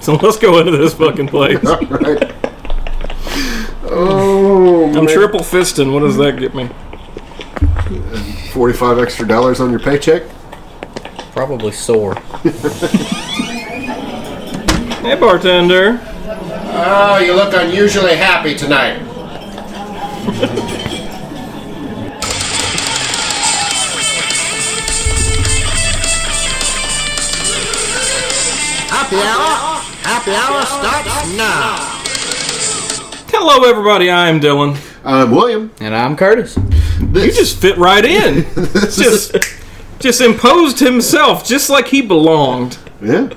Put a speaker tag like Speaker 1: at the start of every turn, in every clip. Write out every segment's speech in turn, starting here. Speaker 1: So let's go into this fucking place.
Speaker 2: All right. Oh,
Speaker 1: I'm
Speaker 2: man.
Speaker 1: triple fisting. What does that get me?
Speaker 2: 45 extra dollars on your paycheck?
Speaker 3: Probably sore.
Speaker 1: Hey, bartender.
Speaker 2: Oh, you look unusually happy tonight.
Speaker 3: Happy hour! Happy hour starts now!
Speaker 1: Hello, everybody. I am Dylan.
Speaker 2: Um, William,
Speaker 3: And I'm Curtis.
Speaker 2: this,
Speaker 1: He just fit right in.
Speaker 2: this is-
Speaker 1: just, just imposed himself, just like he belonged.
Speaker 2: yeah,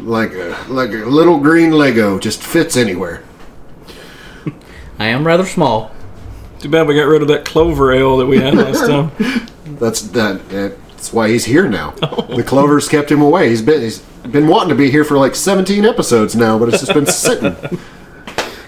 Speaker 2: like a like a little green Lego just fits anywhere.
Speaker 3: I am rather small.
Speaker 1: Too bad we got rid of that clover ale that we had last time.
Speaker 2: That's that. That's why he's here now. The clovers kept him away. He's been he's been wanting to be here for like 17 episodes now, but it's just been sitting.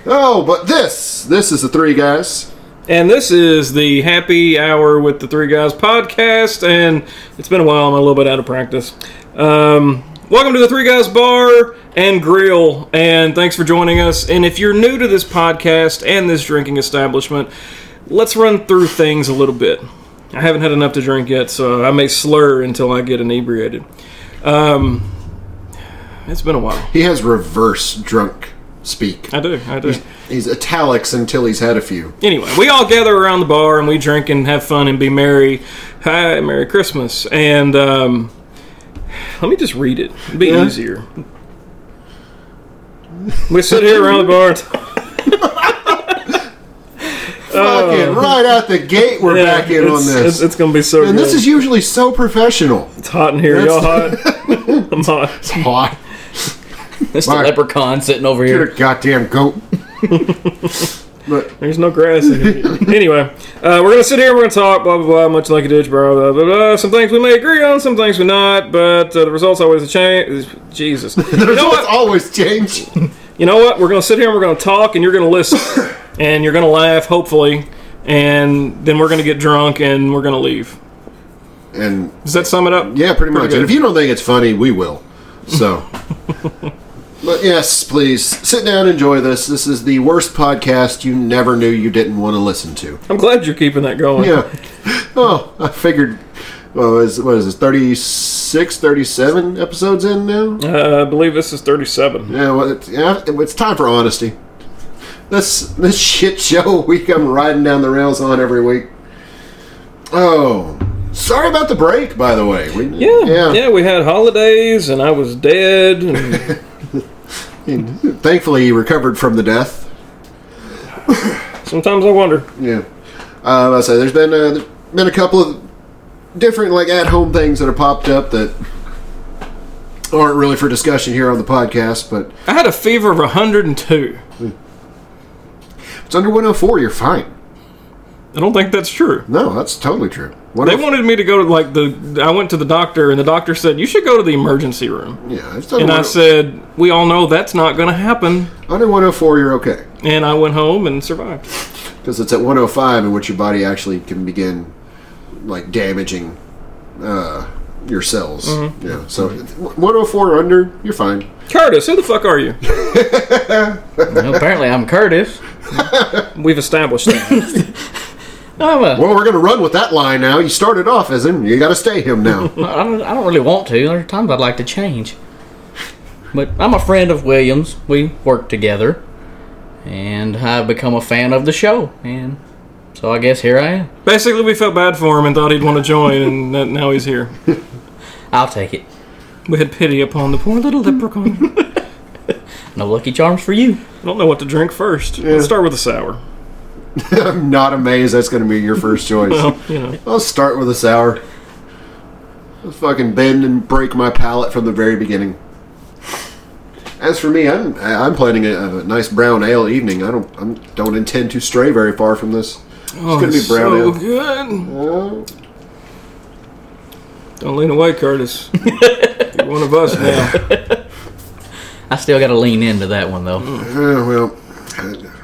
Speaker 2: Oh, but this this is the three guys.
Speaker 1: And this is the Happy Hour with the Three Guys podcast, and it's been a while. I'm a little bit out of practice. Um, welcome to the Three Guys Bar and Grill, and thanks for joining us. And if you're new to this podcast and this drinking establishment, let's run through things a little bit. I haven't had enough to drink yet, so I may slur until I get inebriated. Um, it's been a while.
Speaker 2: He has reverse drunk speak.
Speaker 1: I do. I do.
Speaker 2: He's italics until he's had a few.
Speaker 1: anyway, we all gather around the bar and we drink and have fun and be merry. Hi, Merry Christmas. And um, let me just read it. It'll be
Speaker 2: Yeah.
Speaker 1: easier. We sit here around the bar.
Speaker 2: Fucking right out the gate, we're
Speaker 1: Oh. Yeah,
Speaker 2: back in on
Speaker 1: it's- It's,
Speaker 2: this.
Speaker 1: it's going to be so
Speaker 2: and
Speaker 1: good.
Speaker 2: this is usually so professional.
Speaker 1: it's hot in here. Y'all hot? I'm
Speaker 2: It's
Speaker 1: hot.
Speaker 2: hot.
Speaker 3: It's
Speaker 2: Mark.
Speaker 3: the leprechaun sitting over
Speaker 2: You're
Speaker 3: here.
Speaker 2: a goddamn goat. but
Speaker 1: There's no grass in here. anyway, uh, we're going to sit here and we're going to talk, blah, blah, blah, much like a ditch, blah, blah, blah, blah. Some things we may agree on, some things we not, but uh, the result's always a change. Jesus.
Speaker 2: the
Speaker 1: you know
Speaker 2: results
Speaker 1: what?
Speaker 2: always change.
Speaker 1: you know what? We're going to sit here and we're going to talk, and you're going to listen, and you're going to laugh, hopefully, and then we're going to get drunk and we're going to leave.
Speaker 2: And
Speaker 1: Does that sum it up?
Speaker 2: yeah, pretty much.
Speaker 1: good.
Speaker 2: And if you don't think it's funny, we will. So. But yes, please sit down, enjoy this. This is the worst podcast you never knew you didn't want to listen to.
Speaker 1: I'm glad you're keeping that going.
Speaker 2: Yeah. Oh, I figured. Well, is, what is this? 36, 37 episodes in now?
Speaker 1: Uh, I believe this is 37.
Speaker 2: Yeah, well, it's, yeah, it's time for honesty. This this shit show we come riding down the rails on every week. Oh, sorry about the break, by the way. We,
Speaker 1: Yeah,
Speaker 2: yeah.
Speaker 1: we had holidays, and I was dead. And
Speaker 2: Thankfully, he recovered from the death.
Speaker 1: sometimes I wonder.
Speaker 2: Yeah, uh, I say there's been a, there's been a couple of different like at home things that have popped up that aren't really for discussion here on the podcast, but
Speaker 1: I had a fever of 102.
Speaker 2: if it's under 104. You're fine.
Speaker 1: I don't think that's true.
Speaker 2: No, that's totally true.
Speaker 1: They
Speaker 2: 104
Speaker 1: wanted me to go to like the. I went to the doctor, and the doctor said you should go to the emergency room.
Speaker 2: yeah, it's under
Speaker 1: And I
Speaker 2: 104
Speaker 1: said, we all know that's not going to happen.
Speaker 2: under 104. You're okay.
Speaker 1: And I went home and survived.
Speaker 2: because it's at 105 in which your body actually can begin like damaging uh, your cells. Yeah, so 104 or under, you're fine.
Speaker 1: Curtis, who the fuck are you?
Speaker 3: Well, apparently, I'm Curtis.
Speaker 1: We've established that.
Speaker 3: I'm a,
Speaker 2: Well, we're gonna run with that line now. You started off as him. You got to stay him now.
Speaker 3: I, don't, I don't really want to. There are times I'd like to change. But I'm a friend of Williams. We work together. And I've become a fan of the show. And so I guess here I am.
Speaker 1: Basically, we felt bad for him and thought he'd want to join, and that- now he's here.
Speaker 3: I'll take it.
Speaker 1: We had pity upon the poor little leprechaun.
Speaker 3: No lucky charms for you.
Speaker 1: I don't know what to drink first. Let's start with a sour.
Speaker 2: I'm not amazed that's gonna be your first choice.
Speaker 1: Well, you know,
Speaker 2: I'll start with a sour. I'll fucking bend and break my palate from the very beginning. As for me, I'm I'm planning a, a nice brown ale evening. I don't I'm, don't intend to stray very far from this.
Speaker 1: oh,
Speaker 2: gonna be brown
Speaker 1: so
Speaker 2: ale.
Speaker 1: good.
Speaker 2: Uh,
Speaker 1: Don't lean away, Curtis. You're one of us now.
Speaker 3: I still got to lean into that one, though.
Speaker 2: Uh, well,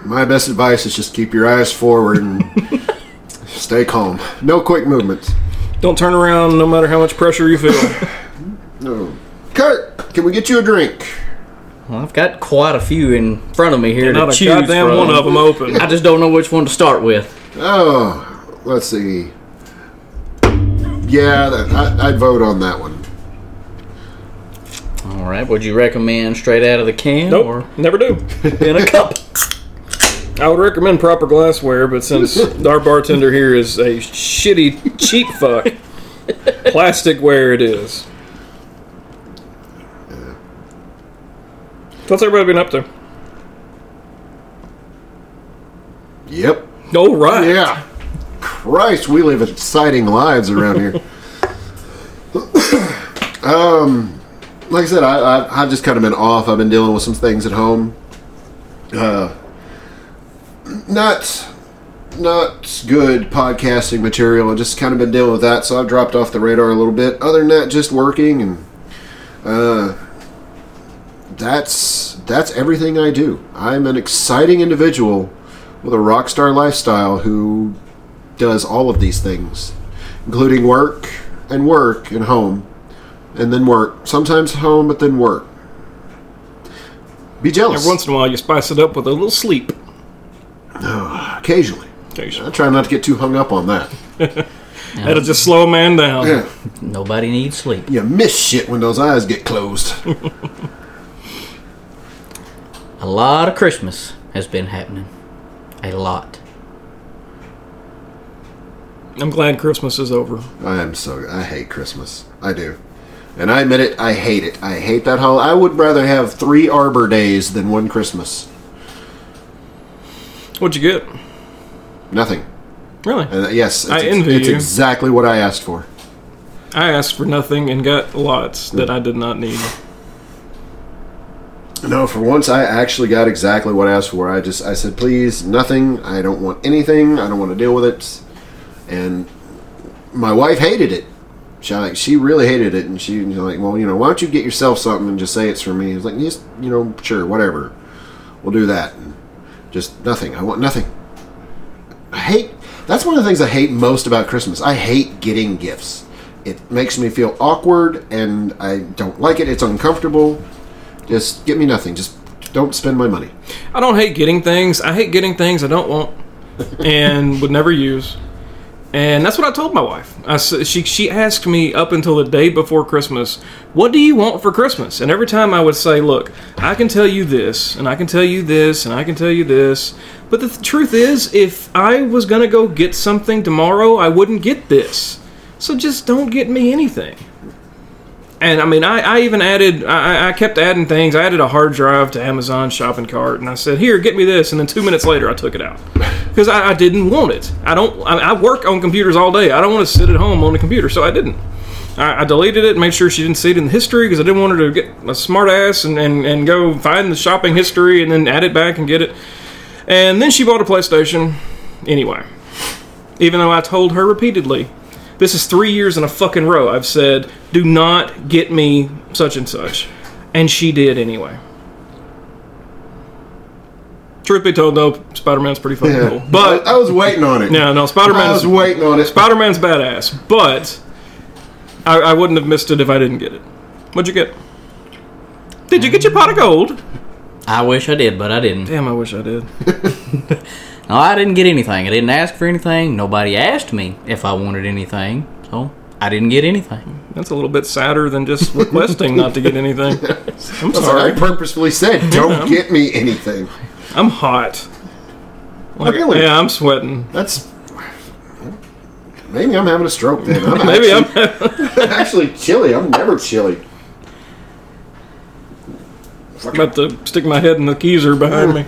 Speaker 2: my best advice is just keep your eyes forward and stay calm. No quick movements.
Speaker 1: Don't turn around, no matter how much pressure you feel.
Speaker 2: Kurt, can we get you a drink?
Speaker 3: Well, I've got quite a few in front of me here to
Speaker 1: Not a
Speaker 3: choose
Speaker 1: goddamn
Speaker 3: from.
Speaker 1: one of them open.
Speaker 3: I just don't know which one to start with.
Speaker 2: Oh, let's see. Yeah, that, I, I'd vote on that one.
Speaker 3: All right, would you recommend straight out of the can
Speaker 1: Nope,
Speaker 3: or
Speaker 1: never do.
Speaker 3: in a cup?
Speaker 1: I would recommend proper glassware, but since our bartender here is a shitty cheap fuck, plasticware it is. What's everybody been up to?
Speaker 2: Yep.
Speaker 1: Oh right,
Speaker 2: Yeah. Christ, we live exciting lives around here. um, like I said, I, I I've just kind of been off. I've been dealing with some things at home. Uh, not not good podcasting material. I've just kind of been dealing with that, so I've dropped off the radar a little bit. Other than that, just working and uh, that's that's everything I do. I'm an exciting individual with a rock star lifestyle who does all of these things, including work and work and home, and then work. Sometimes home, but then work. Be jealous
Speaker 1: Every once in a while, you spice it up with a little sleep.
Speaker 2: occasionally. I
Speaker 1: Occasionally.
Speaker 2: try not to get too hung up on that.
Speaker 1: That'll just slow a man down.
Speaker 2: Yeah,
Speaker 3: Nobody needs sleep.
Speaker 2: you miss shit when those eyes get closed.
Speaker 3: A lot of Christmas has been happening. A lot.
Speaker 1: I'm glad Christmas is over.
Speaker 2: I am so I hate Christmas. I do. And I admit it, I hate it. I hate that whole I would rather have three Arbor Days than one Christmas.
Speaker 1: What'd you get?
Speaker 2: Nothing.
Speaker 1: Really?
Speaker 2: And uh, yes, it's,
Speaker 1: I
Speaker 2: it's-
Speaker 1: envy
Speaker 2: it's
Speaker 1: you.
Speaker 2: exactly what I asked for.
Speaker 1: I asked for nothing and got lots that I did not need.
Speaker 2: No, for once I actually got exactly what I asked for. I just I said, please, nothing. I don't want anything. I don't want to deal with it. And my wife hated it. She like she really hated it, and she was like, well, you know, why don't you get yourself something and just say it's for me? It's like, just you know, sure, whatever, we'll do that. And just nothing. I want nothing. I hate. That's one of the things I hate most about Christmas. I hate getting gifts. It makes me feel awkward, and I don't like it. It's uncomfortable. Just get me nothing. Just don't spend my money.
Speaker 1: I don't hate getting things. I hate getting things I don't want and would never use. And that's what I told my wife. I s- she she asked me up until the day before Christmas, "What do you want for Christmas?" And every time I would say, "Look, I can tell you this, and I can tell you this, and I can tell you this." But the th- truth is, if I was going to go get something tomorrow, I wouldn't get this. So just don't get me anything. And I mean, I, I even added, I, I- I kept adding things. I added a hard drive to Amazon shopping cart, and I said, "Here, get me this." And then two minutes later, I took it out because I, I didn't want it. I don't. I, I work on computers all day. I don't want to sit at home on a computer, so I didn't. I, I deleted it, made sure she didn't see it in the history because I didn't want her to get a smart ass and, and, and go find the shopping history and then add it back and get it. And then she bought a PlayStation anyway. Even though I told her repeatedly, this is three years in a fucking row, I've said, do not get me such and such. And she did anyway. Truth be told, though, Spider Man's pretty fucking cool. But
Speaker 2: I, I was waiting on it.
Speaker 1: yeah, no, Spider
Speaker 2: I
Speaker 1: Man
Speaker 2: was
Speaker 1: is
Speaker 2: waiting on it.
Speaker 1: Spider Man's badass, but I, I wouldn't have missed it if I didn't get it. What'd you get? Did you get your pot of gold?
Speaker 3: I wish I did, but I didn't.
Speaker 1: Damn, I wish I did.
Speaker 3: No, I didn't get anything. I didn't ask for anything. Nobody asked me if I wanted anything. So I didn't get anything.
Speaker 1: That's a little bit sadder than just requesting not to get anything. I'm
Speaker 2: That's what I
Speaker 1: sorry.
Speaker 2: purposefully said, don't get me anything.
Speaker 1: I'm hot. Like,
Speaker 2: really?
Speaker 1: Yeah, I'm sweating.
Speaker 2: That's maybe I'm having a stroke. Then I'm
Speaker 1: Maybe
Speaker 2: actually,
Speaker 1: I'm.
Speaker 2: actually chilly. I'm never chilly.
Speaker 1: about to stick my head in the keyser behind me.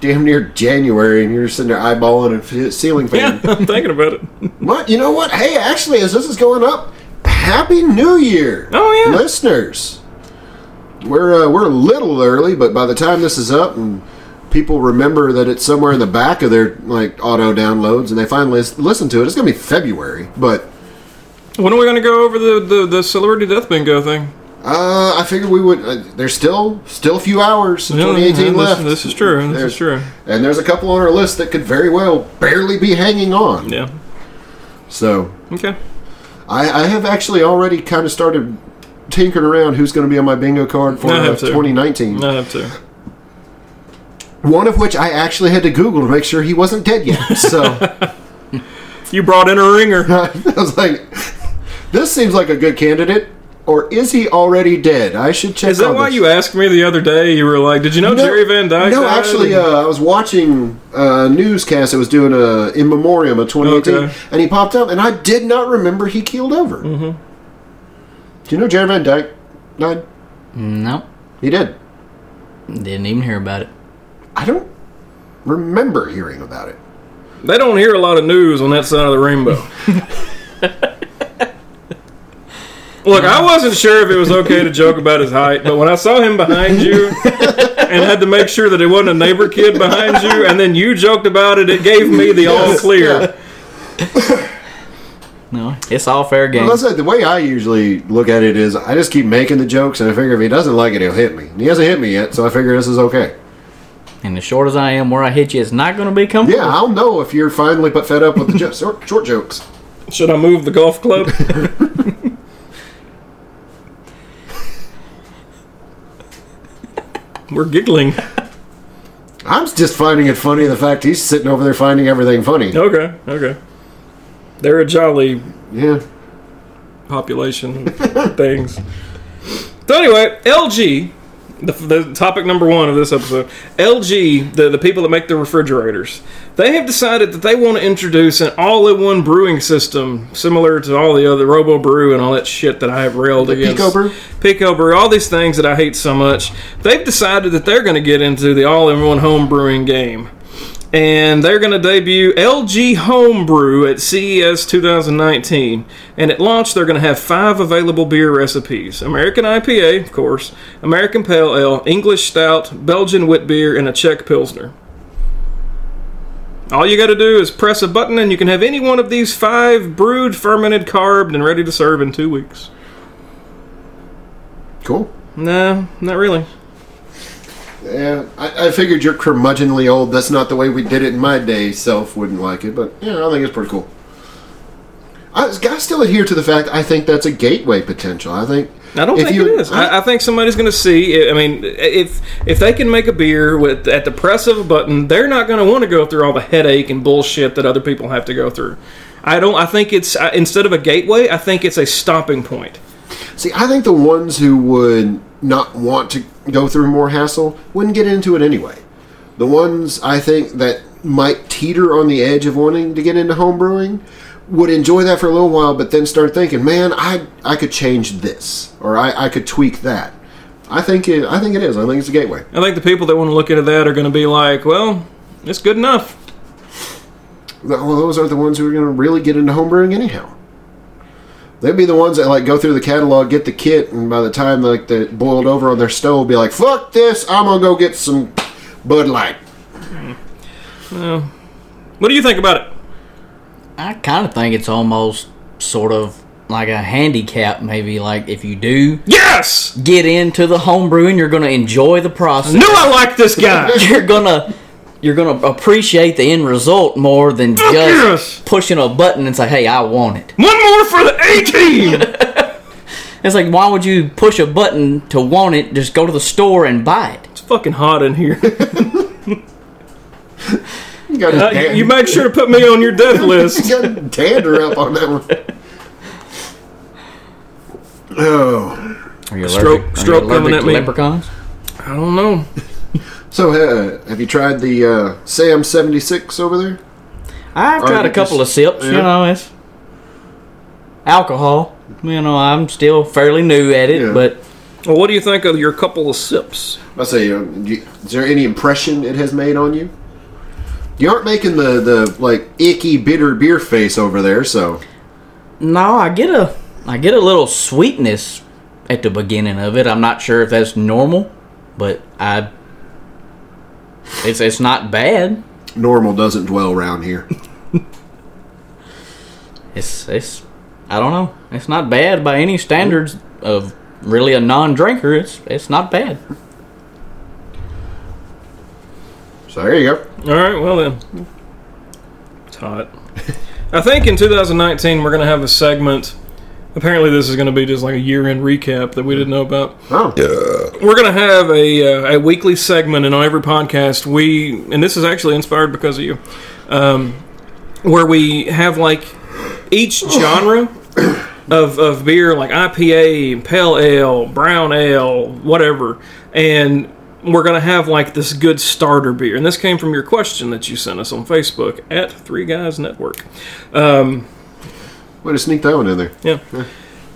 Speaker 2: Damn near January, and you're sitting there eyeballing a f- ceiling
Speaker 1: Yeah,
Speaker 2: fan.
Speaker 1: I'm thinking about it.
Speaker 2: What? You know what? Hey, actually, as this is going up, Happy New Year!
Speaker 1: Oh, yeah.
Speaker 2: listeners. We're uh, we're a little early, but by the time this is up and people remember that it's somewhere in the back of their like auto downloads, and they finally lis- listen to it, it's gonna be February. But
Speaker 1: When are we going to go over the, the, the celebrity death bingo thing?
Speaker 2: Uh, I figured we would. Uh, there's still still a few hours of
Speaker 1: Yeah,
Speaker 2: 2018
Speaker 1: yeah, this-
Speaker 2: left.
Speaker 1: this is true, this is
Speaker 2: There's-
Speaker 1: true.
Speaker 2: And there's a couple on our list that could very well barely be hanging on.
Speaker 1: Yeah.
Speaker 2: So
Speaker 1: Okay.
Speaker 2: I, I have actually already kind of started tinkering around who's going to be on my bingo card for
Speaker 1: I have to.
Speaker 2: uh, 2019.
Speaker 1: I have to.
Speaker 2: One of which I actually had to Google to make sure he wasn't dead yet. So
Speaker 1: You brought in a ringer.
Speaker 2: I was like, this seems like a good candidate. Or is he already dead? I should check.
Speaker 1: Is that
Speaker 2: on
Speaker 1: why
Speaker 2: this.
Speaker 1: you asked me the other day? You were like, "Did you know Jerry Van Dyke?"
Speaker 2: No,
Speaker 1: died?"
Speaker 2: actually, uh, I was watching a newscast that was doing a in memoriam of 2018,
Speaker 1: Okay.
Speaker 2: and he popped up, and I did not remember he keeled over. Mm-hmm. Do you know Jared Van Dyke died?
Speaker 3: Nope.
Speaker 2: He did.
Speaker 3: Didn't even hear about it.
Speaker 2: I don't remember hearing about it.
Speaker 1: they don't hear a lot of news on that side of the rainbow. Look, I wasn't sure if it was okay to joke about his height, but when I saw him behind you and had to make sure that it wasn't a neighbor kid behind you, and then you joked about it, it gave me the all
Speaker 2: Yes,
Speaker 1: clear.
Speaker 2: yeah.
Speaker 3: No, it's all fair game.
Speaker 2: Well, that's it. the way I usually look at it is I just keep making the jokes, and I figure if he doesn't like it, he'll hit me. And he hasn't hit me yet, so I figure this is okay.
Speaker 3: And as short as I am, where I hit you is not going to be comfortable.
Speaker 2: Yeah, I'll know if you're finally put fed up with the jo- short, short jokes.
Speaker 1: Should I move the golf club? We're giggling.
Speaker 2: I'm just finding it funny the fact he's sitting over there finding everything funny.
Speaker 1: Okay, okay. They're a jolly
Speaker 2: Yeah.
Speaker 1: population things. So anyway, LG, the, the topic number one of this episode, LG, the, the people that make the refrigerators, they have decided that they want to introduce an all-in-one brewing system similar to all the other Robo Brew and all that shit that I have railed against.
Speaker 2: Pico Brew?
Speaker 1: Pico Brew, all these things that I hate so much. They've decided that they're going to get into the all-in-one home brewing game and they're going to debut LG Homebrew at E CES 2019. And at launch, they're going to have five available beer recipes American IPA, of course, American Pale Ale, English Stout, Belgian Wit Beer, and a Czech Pilsner. All you got to do is press a button, and you can have any one of these five brewed, fermented, carved, and ready to serve in two weeks.
Speaker 2: Cool.
Speaker 1: No, not really.
Speaker 2: Yeah, I, I figured you're curmudgeonly old. That's not the way we did it in my day. Self wouldn't like it, but yeah, I think it's pretty cool. I, I still adhere to the fact I think that's a gateway potential. I think
Speaker 1: I don't
Speaker 2: if
Speaker 1: think
Speaker 2: you-
Speaker 1: it is. I, I think somebody's going to see. I mean, if if they can make a beer with at the press of a button, they're not going to want to go through all the headache and bullshit that other people have to go through. I don't. I think it's I, instead of a gateway, I think it's a stopping point.
Speaker 2: See, I think the ones who would not want to go through more hassle wouldn't get into it anyway. The ones I think that might teeter on the edge of wanting to get into home brewing would enjoy that for a little while, but then start thinking, "Man, I I could change this, or I, I could tweak that." I think it. I think it is. I think it's a gateway.
Speaker 1: I think the people that want to look into that are going to be like, well, it's good enough.
Speaker 2: Well, those are the ones who are going to really get into home brewing anyhow. They'd be the ones that like go through the catalog, get the kit, and by the time like they boiled over on their stove, be like, "Fuck this! I'm gonna go get some Bud Light."
Speaker 1: What do you think about it?
Speaker 3: I kind of think it's almost sort of like a handicap, maybe. Like if you do
Speaker 1: Yes.
Speaker 3: get into the home brewing, you're going to enjoy the process.
Speaker 1: No, I like this guy.
Speaker 3: You're gonna you're gonna appreciate the end result more than just
Speaker 1: yes.
Speaker 3: pushing a button and say, "Hey, I want it."
Speaker 1: One more for the A team.
Speaker 3: It's like, why would you push a button to want it? Just go to the store and buy it.
Speaker 1: it's fucking hot in here.
Speaker 2: You got a
Speaker 1: Uh, you-
Speaker 2: dan-
Speaker 1: you make sure to put me on your death list.
Speaker 2: you got a dander up on that one. Oh,
Speaker 3: Are you
Speaker 1: Stroke-
Speaker 3: allergic- are you
Speaker 1: stroke
Speaker 3: allergic
Speaker 1: coming at
Speaker 3: to
Speaker 1: me.
Speaker 3: Leprechauns.
Speaker 1: I don't know.
Speaker 2: so uh, have you tried the uh, Sam seventy six over there?
Speaker 3: I've
Speaker 2: Or
Speaker 3: tried a
Speaker 2: you
Speaker 3: couple
Speaker 2: just-
Speaker 3: of sips. You
Speaker 2: yeah.
Speaker 3: know, it's alcohol. You know, I'm still fairly new at it,
Speaker 2: Yeah.
Speaker 3: but
Speaker 1: Well, what do you think of your couple of sips?
Speaker 2: I say, um, you, is there any impression it has made on you? You aren't making the, the like icky bitter beer face over there, so
Speaker 3: no, I get a I get a little sweetness at the beginning of it. I'm not sure if that's normal, but I it's it's not bad.
Speaker 2: normal doesn't dwell around here.
Speaker 3: It's it's I don't know. It's not bad by any standards of really a non-drinker. It's it's not bad.
Speaker 2: So there you go.
Speaker 1: All right, well then. It's hot. I think in 2019 we're going to have a segment Apparently, this is going to be just like a year-end recap that we didn't know about.
Speaker 2: Oh,
Speaker 1: We're going to have a, uh, a weekly segment, and on every podcast, we and this is actually inspired because of you, um, where we have like each genre of, of beer, like IPA, pale ale, brown ale, whatever, and we're going to have like this good starter beer. And this came from your question that you sent us on Facebook at Three Guys Network.
Speaker 2: way to sneak that one in there.
Speaker 1: Yeah.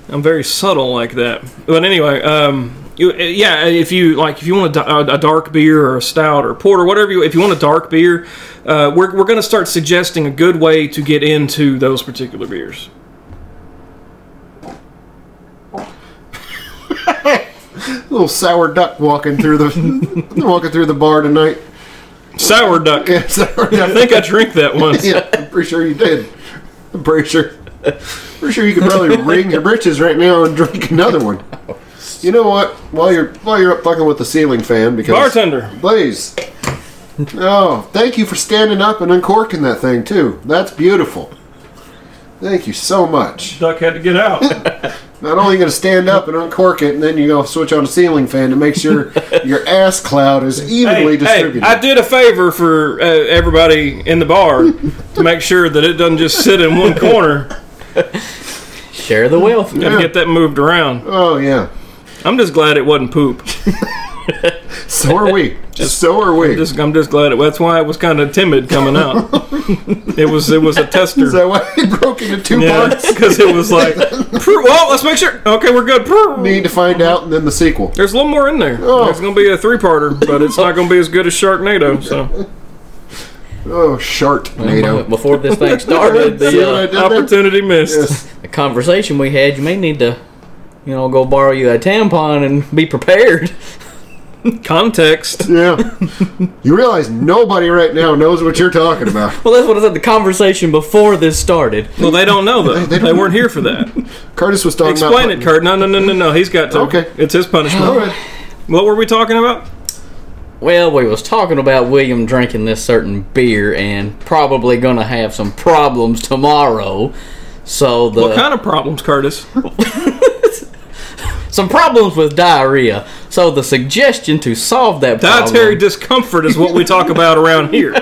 Speaker 1: I'm very subtle like that. But anyway, um, you, yeah, if you like, if you want a, da- a dark beer or a stout or porter, whatever you, if you want a dark beer, uh, we're, we're going to start suggesting a good way to get into those particular beers.
Speaker 2: Little sour duck walking through the walking through the bar tonight.
Speaker 1: Sour duck.
Speaker 2: Yeah, sour duck.
Speaker 1: I think I drank that once.
Speaker 2: yeah, I'm pretty sure you did. I'm pretty sure. Pretty sure you could probably wring your britches right now and drink another one. You know what? While you're while you're up fucking with the ceiling fan, because
Speaker 1: Bartender.
Speaker 2: Blaze. Oh, thank you for standing up and uncorking that thing too. That's beautiful. Thank you so much.
Speaker 1: Duck had to get out.
Speaker 2: Not only going to stand up and uncork it, and then you go switch on a ceiling fan to make sure your ass cloud is evenly
Speaker 1: hey, hey,
Speaker 2: distributed.
Speaker 1: I did a favor for uh, everybody in the bar to make sure that it doesn't just sit in one corner.
Speaker 3: Share the wealth.
Speaker 1: Got to get that moved around.
Speaker 2: oh yeah,
Speaker 1: I'm just glad it wasn't poop.
Speaker 2: so are we. so are we.
Speaker 1: Just, I'm just glad it. That's why it was kind of timid coming out. it was it was a tester.
Speaker 2: Is that why it broke into two
Speaker 1: yeah,
Speaker 2: parts?
Speaker 1: because it was like, "Prr, well, let's make sure. Okay, we're good. Prr."
Speaker 2: Need to find out, and then the sequel.
Speaker 1: There's a little more in there.
Speaker 2: Oh.
Speaker 1: There's gonna be a three-parter, but it's not gonna be as good as Sharknado. So
Speaker 2: Oh, Sharknado.
Speaker 3: Before this thing started,
Speaker 2: See
Speaker 3: the,
Speaker 2: what I
Speaker 3: uh,
Speaker 2: did there?
Speaker 1: opportunity missed.
Speaker 2: Yes.
Speaker 3: the conversation we had, you may need to, you know, go borrow you a tampon and be prepared.
Speaker 1: Context.
Speaker 2: Yeah. You realize nobody right now knows what you're talking about.
Speaker 3: Well, that's what I said. The conversation before this started.
Speaker 1: Well, they don't know though.
Speaker 2: They
Speaker 1: They,
Speaker 2: don't
Speaker 1: weren't here for that.
Speaker 2: Curtis was talking
Speaker 1: Explain
Speaker 2: about.
Speaker 1: it, Kurt. No, no, no, no, no. He's got to.
Speaker 2: Okay.
Speaker 1: It's his punishment.
Speaker 2: All right.
Speaker 1: What were we talking about?
Speaker 3: Well, we was talking about William drinking this certain beer and probably gonna have some problems tomorrow. So the
Speaker 1: What kind of problems, Curtis?
Speaker 3: some problems with diarrhea. So the suggestion to solve that problem.
Speaker 1: Dietary discomfort is what we talk about around here.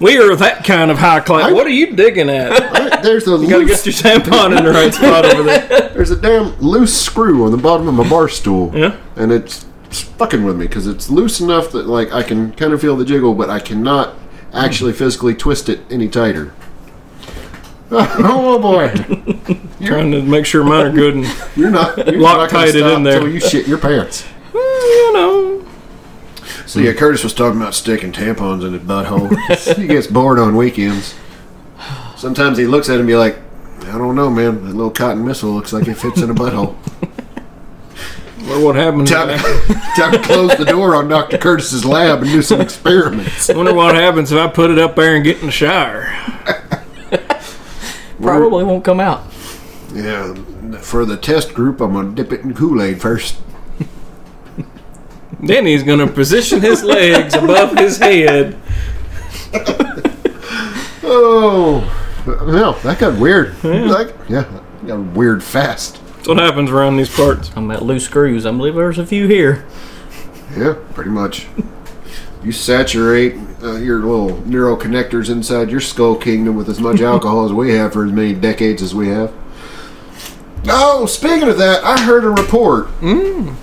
Speaker 1: We are that kind of high class. What are you digging at?
Speaker 2: There's a
Speaker 1: Gotta
Speaker 2: loose,
Speaker 1: get your tampon in the right spot over there.
Speaker 2: there's a damn loose screw on the bottom of my bar stool.
Speaker 1: Yeah.
Speaker 2: And it's, it's fucking with me because it's loose enough that like I can kind of feel the jiggle, but I cannot actually physically twist it any tighter. oh boy,
Speaker 1: Trying to make sure mine are good and,
Speaker 2: you're not you're not gonna
Speaker 1: Loctite it in
Speaker 2: stop
Speaker 1: there.
Speaker 2: till you shit your pants.
Speaker 1: well, you know.
Speaker 2: So yeah, Curtis was talking about sticking tampons in his butthole. he gets bored on weekends. Sometimes he looks at it and be like, I don't know, man. That little cotton missile looks like it fits in a butthole.
Speaker 1: Well, what happened?
Speaker 2: Time, time to close the door on Dr. Curtis's lab and do some experiments.
Speaker 1: wonder what happens if I put it up there and get in the shower.
Speaker 3: probably won't come out.
Speaker 2: Yeah, for the test group, I'm going to dip it in Kool Aid first.
Speaker 1: Then he's gonna position his legs above his head.
Speaker 2: Oh, no, that got weird. Like, yeah, that got weird fast.
Speaker 1: That's what happens around these parts.
Speaker 3: I'm at loose screws. I believe there's a few here.
Speaker 2: Yeah, pretty much. You saturate uh, your little neural connectors inside your skull kingdom with as much alcohol as we have for as many decades as we have. Oh, speaking of that, I heard a report
Speaker 1: Hmm.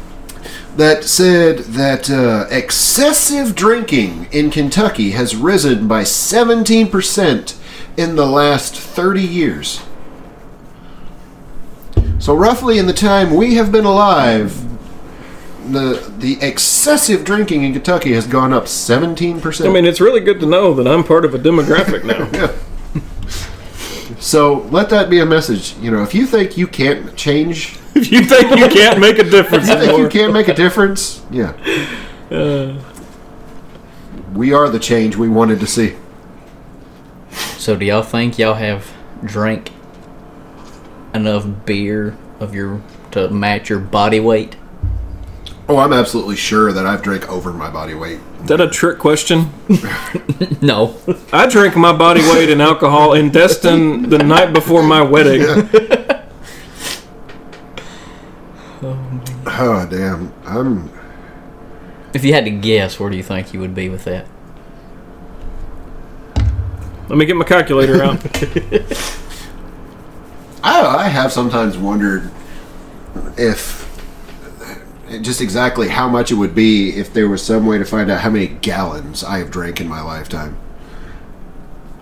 Speaker 2: that said that uh, excessive drinking in Kentucky has risen by 17% in the last 30 years. So, roughly in the time we have been alive, the the excessive drinking in Kentucky has gone up seventeen
Speaker 1: I
Speaker 2: percent.
Speaker 1: mean, it's really good to know that I'm part of a demographic now.
Speaker 2: yeah. So let that be a message. You know, if you think you can't change,
Speaker 1: if you think you can't make a difference
Speaker 2: if you think you
Speaker 1: anymore,
Speaker 2: can't make a difference, yeah, Uh. we are the change we wanted to see.
Speaker 3: So do y'all think y'all have drank enough beer of your to match your body weight?
Speaker 2: Oh, I'm absolutely sure that I've drank over my body weight.
Speaker 1: is that a trick question?
Speaker 3: No.
Speaker 1: I drank my body weight in alcohol in Destin the night before my wedding.
Speaker 2: Oh damn! I'm
Speaker 3: If you had to guess, where do you think you would be with that?
Speaker 1: Let me get my calculator out.
Speaker 2: I, I have sometimes wondered if just exactly how much it would be if there was some way to find out how many gallons I have drank in my lifetime.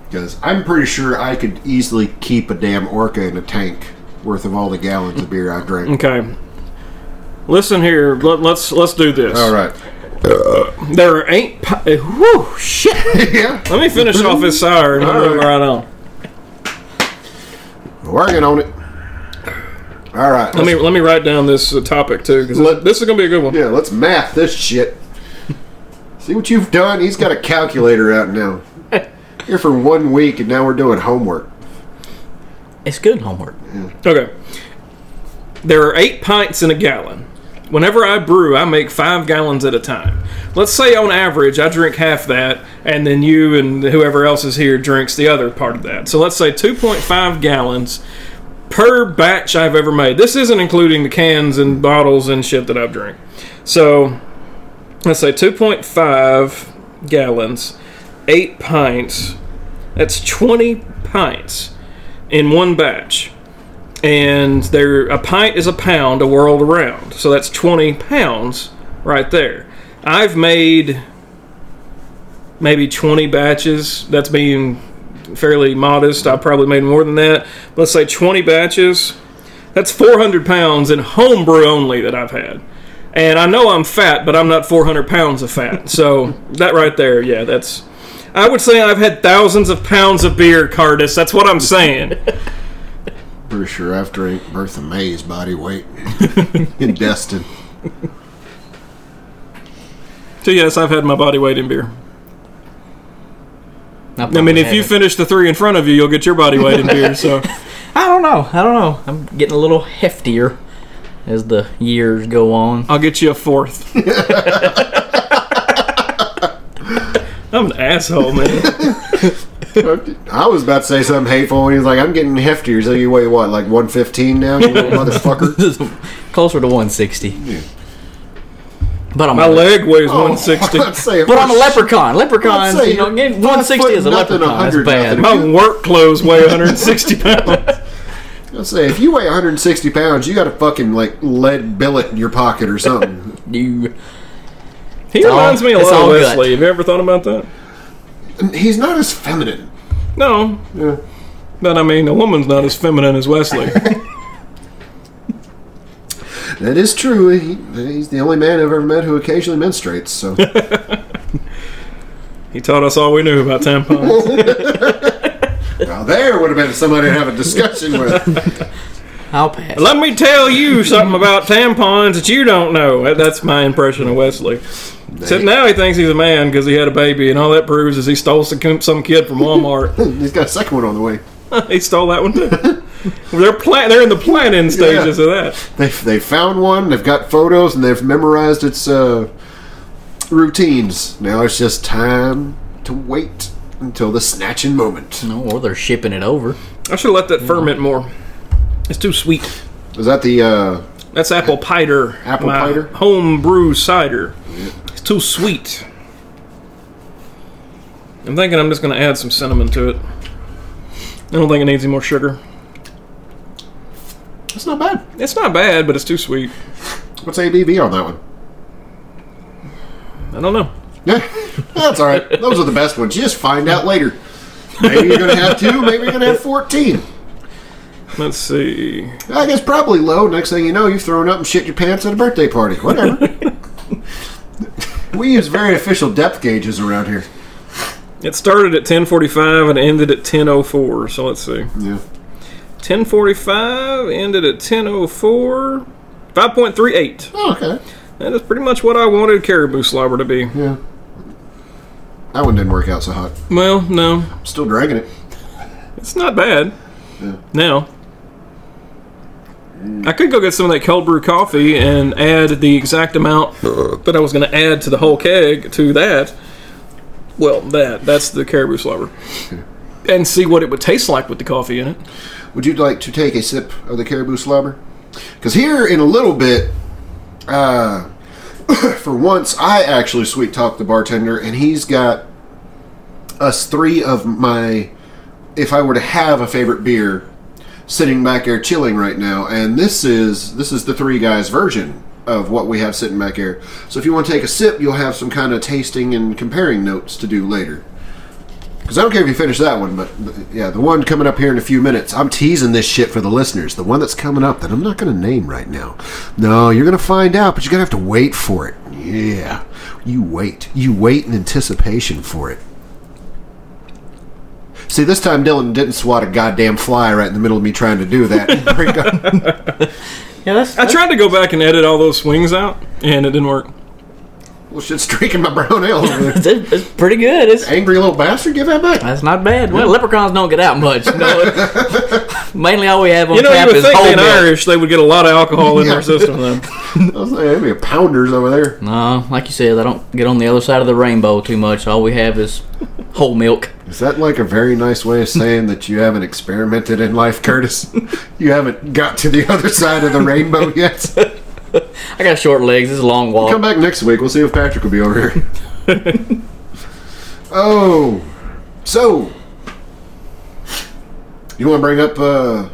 Speaker 2: Because I'm pretty sure I could easily keep a damn orca in a tank worth of all the gallons of beer I drank.
Speaker 1: okay. Listen here. Let, let's let's do this.
Speaker 2: All right.
Speaker 1: There are eight. Pi- uh, whew, shit.
Speaker 2: yeah.
Speaker 1: Let me finish off this sour and we'll move right on.
Speaker 2: Working on it. All right.
Speaker 1: Let me let me write down this uh, topic too because
Speaker 2: Let-
Speaker 1: this is gonna be a good one.
Speaker 2: Yeah, let's math this shit. See what you've done? He's got a calculator out now. Here for one week, and now we're doing homework.
Speaker 3: It's good homework.
Speaker 1: Okay. There are eight pints in a gallon. Whenever I brew, I make five gallons at a time. Let's say on average, I drink half that, and then you and whoever else is here drinks the other part of that. So let's say 2.5 gallons per batch I've ever made. This isn't including the cans and bottles and shit that I've drank. So let's say 2.5 gallons, eight pints. That's 20 pints in one batch and there a pint is a pound a world around so that's 20 pounds right there i've made maybe 20 batches that's being fairly modest i probably made more than that let's say 20 batches that's 400 pounds in homebrew only that i've had and i know i'm fat but i'm not 400 pounds of fat so that right there yeah that's i would say i've had thousands of pounds of beer cardis that's what i'm saying
Speaker 2: Pretty sure I've drank Bertha May's body weight in Destin.
Speaker 1: So yes, I've had my body weight in beer. I mean, if you finish the three in front of you, you'll get your body weight in beer. So
Speaker 3: I don't know. I don't know. I'm getting a little heftier as the years go on.
Speaker 1: I'll get you a fourth. I'm an asshole, man.
Speaker 2: I was about to say something hateful, and he was like, I'm getting heftier. So you weigh what, like 115 now, you little motherfucker?
Speaker 3: Closer to 160. But I'm
Speaker 1: My
Speaker 3: a,
Speaker 1: leg weighs
Speaker 2: Oh,
Speaker 1: 160.
Speaker 2: I'd say-
Speaker 3: but I'm a leprechaun. Leprechauns,
Speaker 2: I'd say
Speaker 3: you know,
Speaker 2: you're
Speaker 3: getting
Speaker 2: five
Speaker 3: 160 is a
Speaker 2: foot nothing,
Speaker 3: leprechaun. That's
Speaker 2: 100
Speaker 3: bad.
Speaker 2: nothing.
Speaker 1: My work clothes weigh 160 pounds.
Speaker 2: I'd say, if you weigh 160 pounds, you got a fucking, like, lead billet in your pocket or something.
Speaker 3: You,
Speaker 1: He
Speaker 3: all-
Speaker 1: reminds me a
Speaker 3: it's
Speaker 1: lot of
Speaker 3: all gut.
Speaker 1: Wesley. Have you ever thought about that?
Speaker 2: And He's not as feminine.
Speaker 1: No.
Speaker 2: Yeah.
Speaker 1: But I mean, a woman's not as feminine as Wesley.
Speaker 2: That is true. He, he's the only man I've ever met who occasionally menstruates. So
Speaker 1: He taught us all we knew about tampons.
Speaker 2: now there would have been somebody to have a discussion with.
Speaker 3: I'll pass.
Speaker 1: Let me tell you something about tampons that you don't know. That- That's my impression of Wesley. Except now he thinks he's a man because he had a baby, and all that proves is he stole some, some kid from Walmart.
Speaker 2: he's got a second one on the way.
Speaker 1: he stole that one too. they're pla- They're in the planning stages of that.
Speaker 2: They they found one. They've got photos and they've memorized its uh, routines. Now it's just time to wait until the snatching moment.
Speaker 3: No, or they're shipping it over.
Speaker 1: I should let that ferment more. It's too sweet.
Speaker 2: Was that the? Uh,
Speaker 1: That's apple pider.
Speaker 2: Apple
Speaker 1: my
Speaker 2: pider?
Speaker 1: Home brew cider. It's too sweet. I'm thinking I'm just going to add some cinnamon to it. I don't think it needs any more sugar.
Speaker 2: that's not bad.
Speaker 1: It's not bad, but it's too sweet.
Speaker 2: What's ABV on that one?
Speaker 1: I don't know.
Speaker 2: Yeah, that's all right. Those are the best ones. You just find out later. Maybe you're gonna have two. Maybe you're gonna have fourteen.
Speaker 1: Let's see.
Speaker 2: I guess probably low. Next thing you know, you've thrown up and shit your pants at a birthday party. Whatever. we use very official depth gauges around here.
Speaker 1: It started at 10:45 and ended at 10:04. So let's see.
Speaker 2: Yeah.
Speaker 1: 10:45 ended at 10:04. 5.38.
Speaker 2: Oh, okay.
Speaker 1: That is pretty much what I wanted caribou slobber to be.
Speaker 2: Yeah. That one didn't work out so hot.
Speaker 1: Well, no,
Speaker 2: I'm still dragging it.
Speaker 1: it's not bad. Now, I could go get some of that cold brew coffee and add the exact amount that I was going to add to the whole keg to that. Well, that that's the caribou slobber, and see what it would taste like with the coffee in it.
Speaker 2: Would you like to take a sip of the caribou slobber? Because here in a little bit, uh, for once, I actually sweet talked the bartender, and he's got us three of my. If I were to have a favorite beer, sitting back here chilling right now, and this is this is the three guys version of what we have sitting back here. So if you want to take a sip, you'll have some kind of tasting and comparing notes to do later. Because I don't care if you finish that one, but th- yeah, the one coming up here in a few minutes. I'm teasing this shit for the listeners. The one that's coming up that I'm not going to name right now. No, you're going to find out, but you're going to have to wait for it. Yeah. You wait. You wait in anticipation for it. See, this time Dylan didn't swat a goddamn fly right in the middle of me trying to do that.
Speaker 3: Yeah, that's.
Speaker 1: I tried to go back and edit all those swings out, and it didn't work.
Speaker 2: well, shit's drinking my brown ale over there.
Speaker 3: It's, it's pretty good. It's
Speaker 2: Angry little bastard, give that back.
Speaker 3: that's not bad. Well, leprechauns don't get out much. No, mainly all we have on
Speaker 1: You know, you
Speaker 3: tap
Speaker 1: would
Speaker 3: is
Speaker 1: think
Speaker 3: whole
Speaker 1: being
Speaker 3: milk.
Speaker 1: Irish, they would get a lot of alcohol in
Speaker 2: Yeah.
Speaker 1: their system, though.
Speaker 2: I was like, maybe a pounders over there.
Speaker 3: No, like you said, I don't get on the other side of the rainbow too much. All we have is whole milk.
Speaker 2: Is that like a very nice way of saying that you haven't experimented in life, Curtis? You haven't got to the other side of the rainbow yet?
Speaker 3: I got short legs. It's a long walk.
Speaker 2: Come back next week. We'll see if Patrick will be over here. oh, so you want to bring up uh,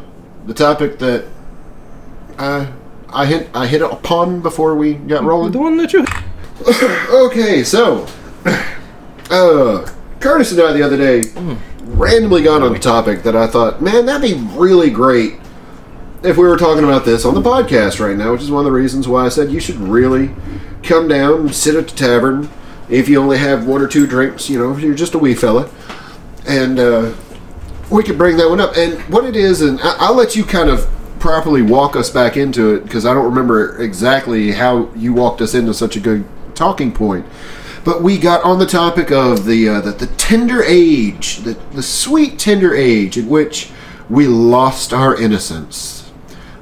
Speaker 2: the topic that I I hit I hit upon before we got rolling?
Speaker 1: The one that you.
Speaker 2: Okay, so uh, Curtis and I the other day randomly got on a topic that I thought, man, that'd be really great if we were talking about this on the podcast right now, which is one of the reasons why I said you should really come down, sit at the tavern if you only have one or two drinks, you know, if you're just a wee fella, and uh, we could bring that one up. And what it is, and I- I'll let you kind of properly walk us back into it because I don't remember exactly how you walked us into such a good talking point. But we got on the topic of the uh, the, the tender age, the, the sweet tender age in which we lost our innocence.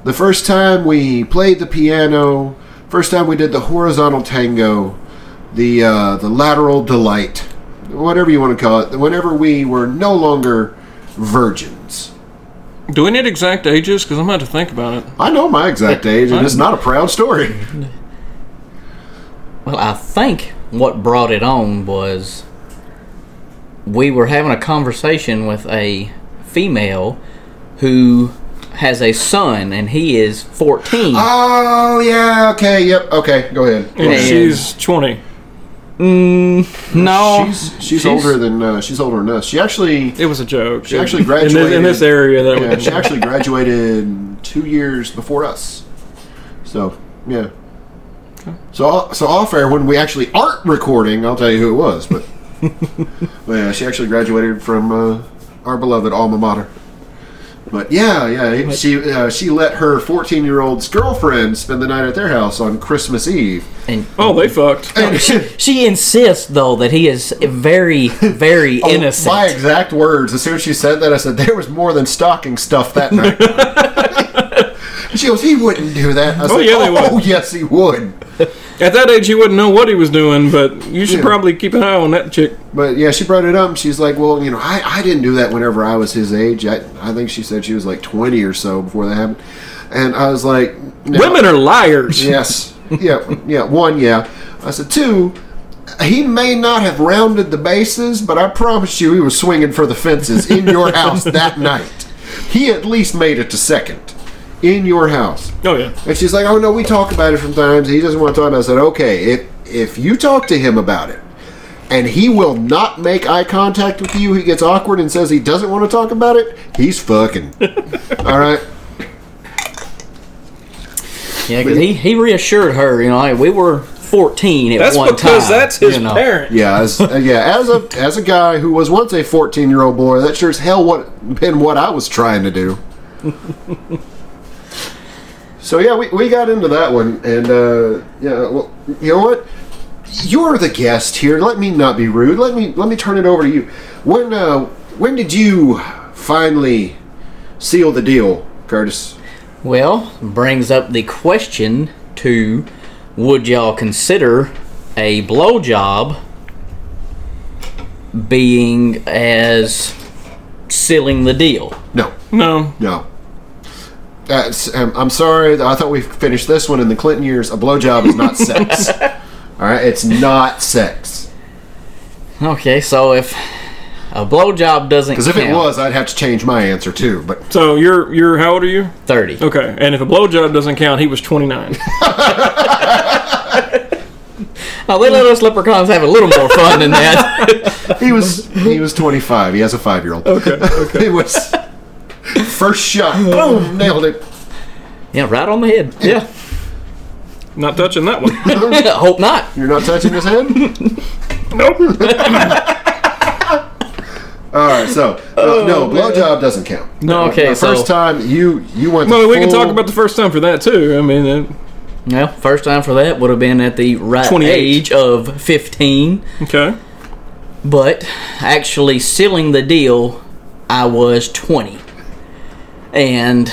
Speaker 2: The first time we played the piano, first time we did the horizontal tango, the uh, the lateral delight, whatever you want to call it, whenever we were no longer virgins.
Speaker 1: Do we need exact ages? Because I'm about to think about it.
Speaker 2: I know my exact age, and it's not a proud story.
Speaker 3: Well, I think what brought it on was we were having a conversation with a female who has a son, and he is 14.
Speaker 2: Oh yeah, okay, yep, okay, go ahead.
Speaker 1: And
Speaker 3: Yeah.
Speaker 1: she's 20.
Speaker 3: no,
Speaker 2: She's she's, older than uh, she's older than us. She actually
Speaker 1: It was a joke.
Speaker 2: She actually
Speaker 1: In this- In
Speaker 2: graduated-
Speaker 1: this, area, that
Speaker 2: yeah,
Speaker 1: would-
Speaker 2: she actually graduated two years before us. So yeah. So so off air when we actually aren't recording, I'll tell you who it was. But, but yeah, she actually graduated from uh, our beloved alma mater. But yeah, yeah, she uh, she let her 14 year old's girlfriend spend the night at their house on Christmas Eve.
Speaker 3: and
Speaker 1: Oh, they fucked.
Speaker 3: she insists though that he is very, very
Speaker 2: Oh,
Speaker 3: innocent.
Speaker 2: My exact words. As soon as she said that, I said there was more than stocking stuff that night. she goes, he wouldn't do that. I was
Speaker 1: Oh,
Speaker 2: like,
Speaker 1: yeah, they would.
Speaker 2: oh yes, he would.
Speaker 1: At that age, you wouldn't know what he was doing, but you should
Speaker 2: Yeah.
Speaker 1: probably keep an eye on that chick.
Speaker 2: But yeah, she brought it up. And she's like, well, you know, I, I didn't do that whenever I was his age. I, I think she said she was like twenty or so before that happened. And I was like, no.
Speaker 1: Women are liars.
Speaker 2: Yes. Yeah. Yeah. One. Yeah. I said two. He may not have rounded the bases, but I promise you, he was swinging for the fences in your house that night. He at least made it to second in your house.
Speaker 1: Oh, yeah.
Speaker 2: And she's like, "Oh no, we talk about it sometimes. He doesn't want to talk about." it. I said, "Okay, if if you talk to him about it, and he will not make eye contact with you, he gets awkward and says he doesn't want to talk about it. He's fucking. All right."
Speaker 3: Yeah, 'cause he, he reassured her, you know, like, we were 14 at
Speaker 1: That's
Speaker 3: one time.
Speaker 1: because that's his
Speaker 3: you know.
Speaker 1: parent.
Speaker 2: Yeah, as, uh, yeah. As a as a guy who was once a fourteen year old boy, that sure as hell what been what I was trying to do. so yeah, we, we got into that one, and uh, yeah, well, you know what? You're the guest here. Let me not be rude. Let me let me turn it over to you. When uh, when did you finally seal the deal, Curtis?
Speaker 3: Well, brings up the question to would y'all consider a blowjob being as sealing the deal?
Speaker 2: No,
Speaker 1: No.
Speaker 2: no. Uh, s- um, I'm sorry. I thought we finished this one in the Clinton years. A blowjob is not sex. All right, it's not sex.
Speaker 3: Okay, so if a blowjob doesn't
Speaker 2: Because if
Speaker 3: count,
Speaker 2: it was, I'd have to change my answer too. But
Speaker 1: So you're you're how old are you?
Speaker 3: 30.
Speaker 1: Okay, and if a blowjob doesn't count, he was 29.
Speaker 3: Now, they let us leprechauns have a little more fun than that.
Speaker 2: he was he was 25. He has a five year old.
Speaker 1: Okay, okay.
Speaker 2: it was first shot. Boom, nailed it.
Speaker 3: yeah, right on the head. Yeah.
Speaker 1: Not touching that one.
Speaker 3: Hope not.
Speaker 2: You're not touching his head.
Speaker 1: nope.
Speaker 2: All right, so
Speaker 1: Oh,
Speaker 2: no, no blowjob doesn't count.
Speaker 3: No, okay,
Speaker 2: The
Speaker 3: so
Speaker 2: first time you you went.
Speaker 1: Well, we can
Speaker 2: full-
Speaker 1: talk about the first time for that too. I mean, uh,
Speaker 3: well, first time for that would have been at the right
Speaker 1: 28.
Speaker 3: age of 15.
Speaker 1: okay.
Speaker 3: But actually sealing the deal, I was 20. And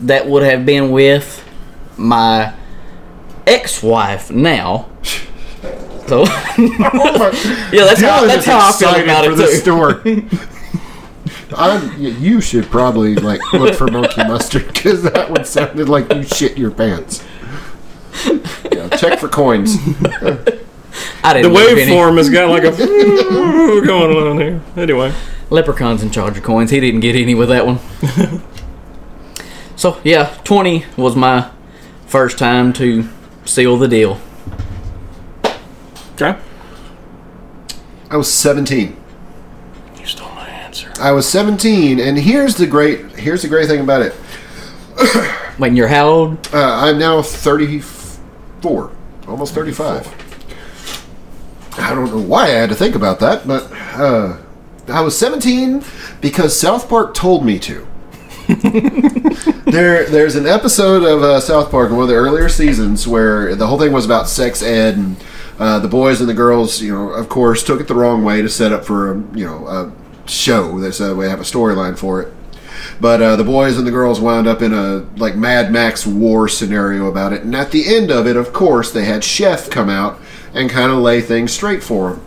Speaker 3: that would have been with my ex-wife now. So Yeah, that's how,
Speaker 2: Dylan
Speaker 3: that's
Speaker 2: is
Speaker 3: how I feel
Speaker 2: excited
Speaker 3: about
Speaker 2: for
Speaker 3: it
Speaker 2: this
Speaker 3: too.
Speaker 2: story. I'm, y- you should probably like look for monkey mustard because that one sounded like you shit your pants. Yeah, check for coins.
Speaker 3: I
Speaker 1: The
Speaker 3: didn't leave any.
Speaker 1: waveform has got like a going on here. Anyway,
Speaker 3: Leprechauns and Charger coins. He didn't get any with that one. so yeah, twenty was my first time to seal the deal.
Speaker 1: okay.
Speaker 2: I was 17.
Speaker 1: You stole my answer.
Speaker 2: I was 17, and here's the great here's the great thing about it.
Speaker 3: Wait, you're how old?
Speaker 2: Uh, I'm now 34, almost 35. I don't know why I had to think about that, but uh, I was 17 because South Park told me to. there, there's an episode of uh, South Park in one of the earlier seasons where the whole thing was about sex ed, and uh, the boys and the girls, you know, of course, took it the wrong way to set up for um, you know a show. They said we have a storyline for it, but uh, the boys and the girls wound up in a like Mad Max war scenario about it. And at the end of it, of course, they had Chef come out and kind of lay things straight for them.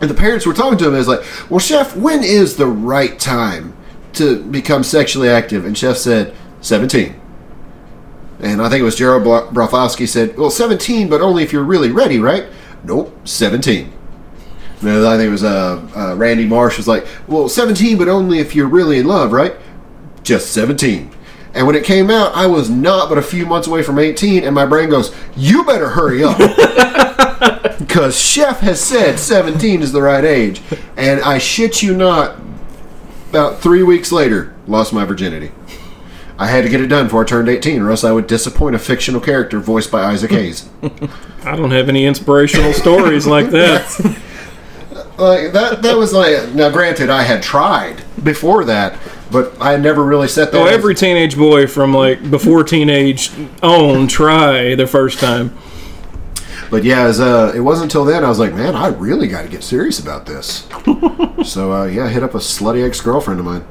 Speaker 2: And the parents were talking to him is like, "Well, Chef, when is the right time to become sexually active?" And Chef said, 17. And I think it was Gerald Bro- Brofowski said, "Well, 17, but only if you're really ready, right?" Nope, 17. No, I think it was uh, uh, Randy Marsh was like, "Well, 17, but only if you're really in love, right?" Just 17. And when it came out, I was not but a few months away from 18, and my brain goes, "You better hurry up." Because Chef has said 17 is the right age. And I shit you not, about three weeks later, lost my virginity. I had to get it done before I turned 18, or else I would disappoint a fictional character voiced by Isaac Hayes.
Speaker 1: I don't have any inspirational stories like that.
Speaker 2: like that, that was like. Now, granted, I had tried before that, but I never really set that.
Speaker 1: So
Speaker 2: as-
Speaker 1: Oh, every teenage boy from like before teenage on try their first time.
Speaker 2: But yeah, as, uh, it wasn't until then I was like, man, I really got to get serious about this. so uh, yeah, I hit up a slutty ex girlfriend of mine.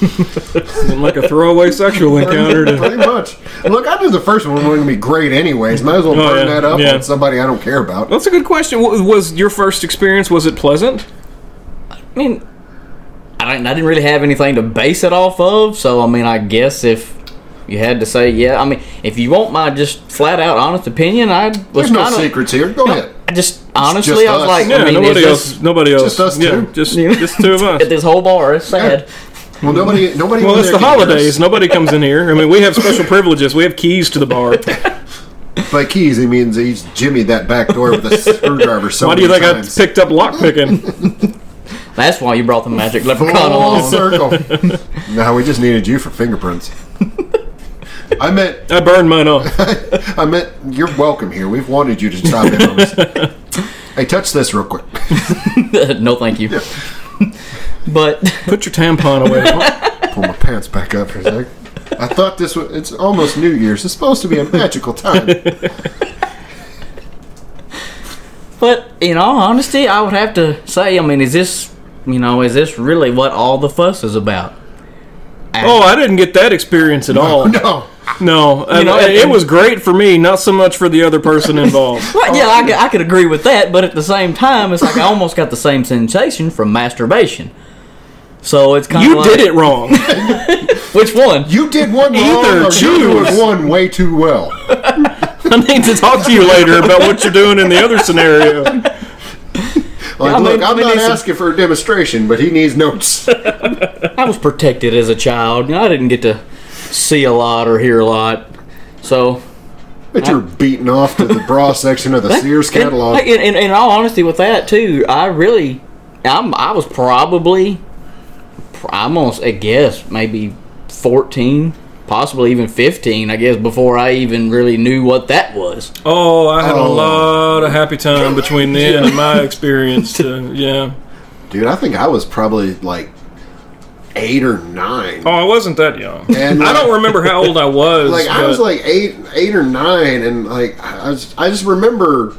Speaker 1: Wasn't like a throwaway sexual encounter. To,
Speaker 2: Pretty much. Look, I knew the first one wasn't going to be great anyways. Might as well
Speaker 1: Oh,
Speaker 2: burn
Speaker 1: yeah,
Speaker 2: that up
Speaker 1: yeah.
Speaker 2: on somebody I don't care about.
Speaker 1: that's a good question. What, was your first experience? Was it pleasant?
Speaker 3: I mean, I didn't, I didn't really have anything to base it off of. So I mean, I guess if you had to say, yeah, I mean, if you want my just flat out honest opinion, I was
Speaker 2: There's no
Speaker 3: kinda-
Speaker 2: secrets here. Go ahead.
Speaker 3: I just honestly, I was
Speaker 2: us.
Speaker 3: like,
Speaker 1: Yeah,
Speaker 3: I mean,
Speaker 1: nobody
Speaker 3: is
Speaker 1: else.
Speaker 3: this,
Speaker 1: Nobody else.
Speaker 2: us
Speaker 1: yeah,
Speaker 2: two.
Speaker 1: Just just two of us.
Speaker 3: at this whole bar is sad.
Speaker 2: Well, nobody, nobody.
Speaker 1: Well,
Speaker 2: in
Speaker 1: it's
Speaker 2: there
Speaker 1: the
Speaker 2: can hear us.
Speaker 1: holidays. Nobody comes in here. I mean, we have special privileges. We have keys to the bar.
Speaker 2: By keys, he means he's jimmied that back door with a screwdriver. So
Speaker 1: Why do you
Speaker 2: many
Speaker 1: think I
Speaker 2: times.
Speaker 1: picked up lock picking?
Speaker 3: That's why you brought the magic leprechaun
Speaker 2: full
Speaker 3: along.
Speaker 2: circle? no, we just needed you for fingerprints. I meant,
Speaker 1: I burned mine off.
Speaker 2: I meant. You're welcome here. We've wanted you to stop in on us. Hey, touch this real quick.
Speaker 3: no, thank you. but
Speaker 1: Put your tampon away.
Speaker 2: Pull my pants back up for a sec. I thought this was. It's almost New Year's. It's supposed to be a magical time.
Speaker 3: But in all honesty, I would have to say, I mean, is this, you know, is this really what all the fuss is about?
Speaker 1: Oh, I didn't get that experience at all.
Speaker 2: No.
Speaker 1: No, And-
Speaker 3: know,
Speaker 1: and it
Speaker 3: and-
Speaker 1: was great for me, not so much for the other person involved.
Speaker 3: Well, yeah, I, could- I could agree with that, but at the same time, it's like I almost got the same sensation from masturbation. So it's kind of
Speaker 1: You
Speaker 3: like,
Speaker 1: did it wrong.
Speaker 3: Which one?
Speaker 2: You did one
Speaker 1: Either
Speaker 2: wrong, or
Speaker 1: choose.
Speaker 2: you did one way too well.
Speaker 1: I need to talk to you later about what you're doing in the other scenario.
Speaker 2: Like,
Speaker 3: I mean,
Speaker 2: look,
Speaker 3: I
Speaker 2: I'm
Speaker 3: mean,
Speaker 2: not
Speaker 3: it's-
Speaker 2: asking for a demonstration, but he needs notes.
Speaker 3: I was protected as a child. I didn't get to see a lot or hear a lot. So
Speaker 2: But you're beating off to the bra section of the Sears
Speaker 3: And-
Speaker 2: catalog.
Speaker 3: And, and- in all honesty, with that too, I really, I'm, I was probably, I'm almost, I guess, maybe 14, possibly even 15, I guess, before I even really knew what that was.
Speaker 1: Oh, I had a
Speaker 2: Oh.
Speaker 1: lot of happy time between then and my experience. Too. Yeah.
Speaker 2: Dude, I think I was probably like eight or nine.
Speaker 1: Oh, I wasn't that young.
Speaker 2: And,
Speaker 1: I don't
Speaker 2: like-
Speaker 1: remember how old I was.
Speaker 2: like I
Speaker 1: but-
Speaker 2: was like eight, eight or nine, and like I was, I just remember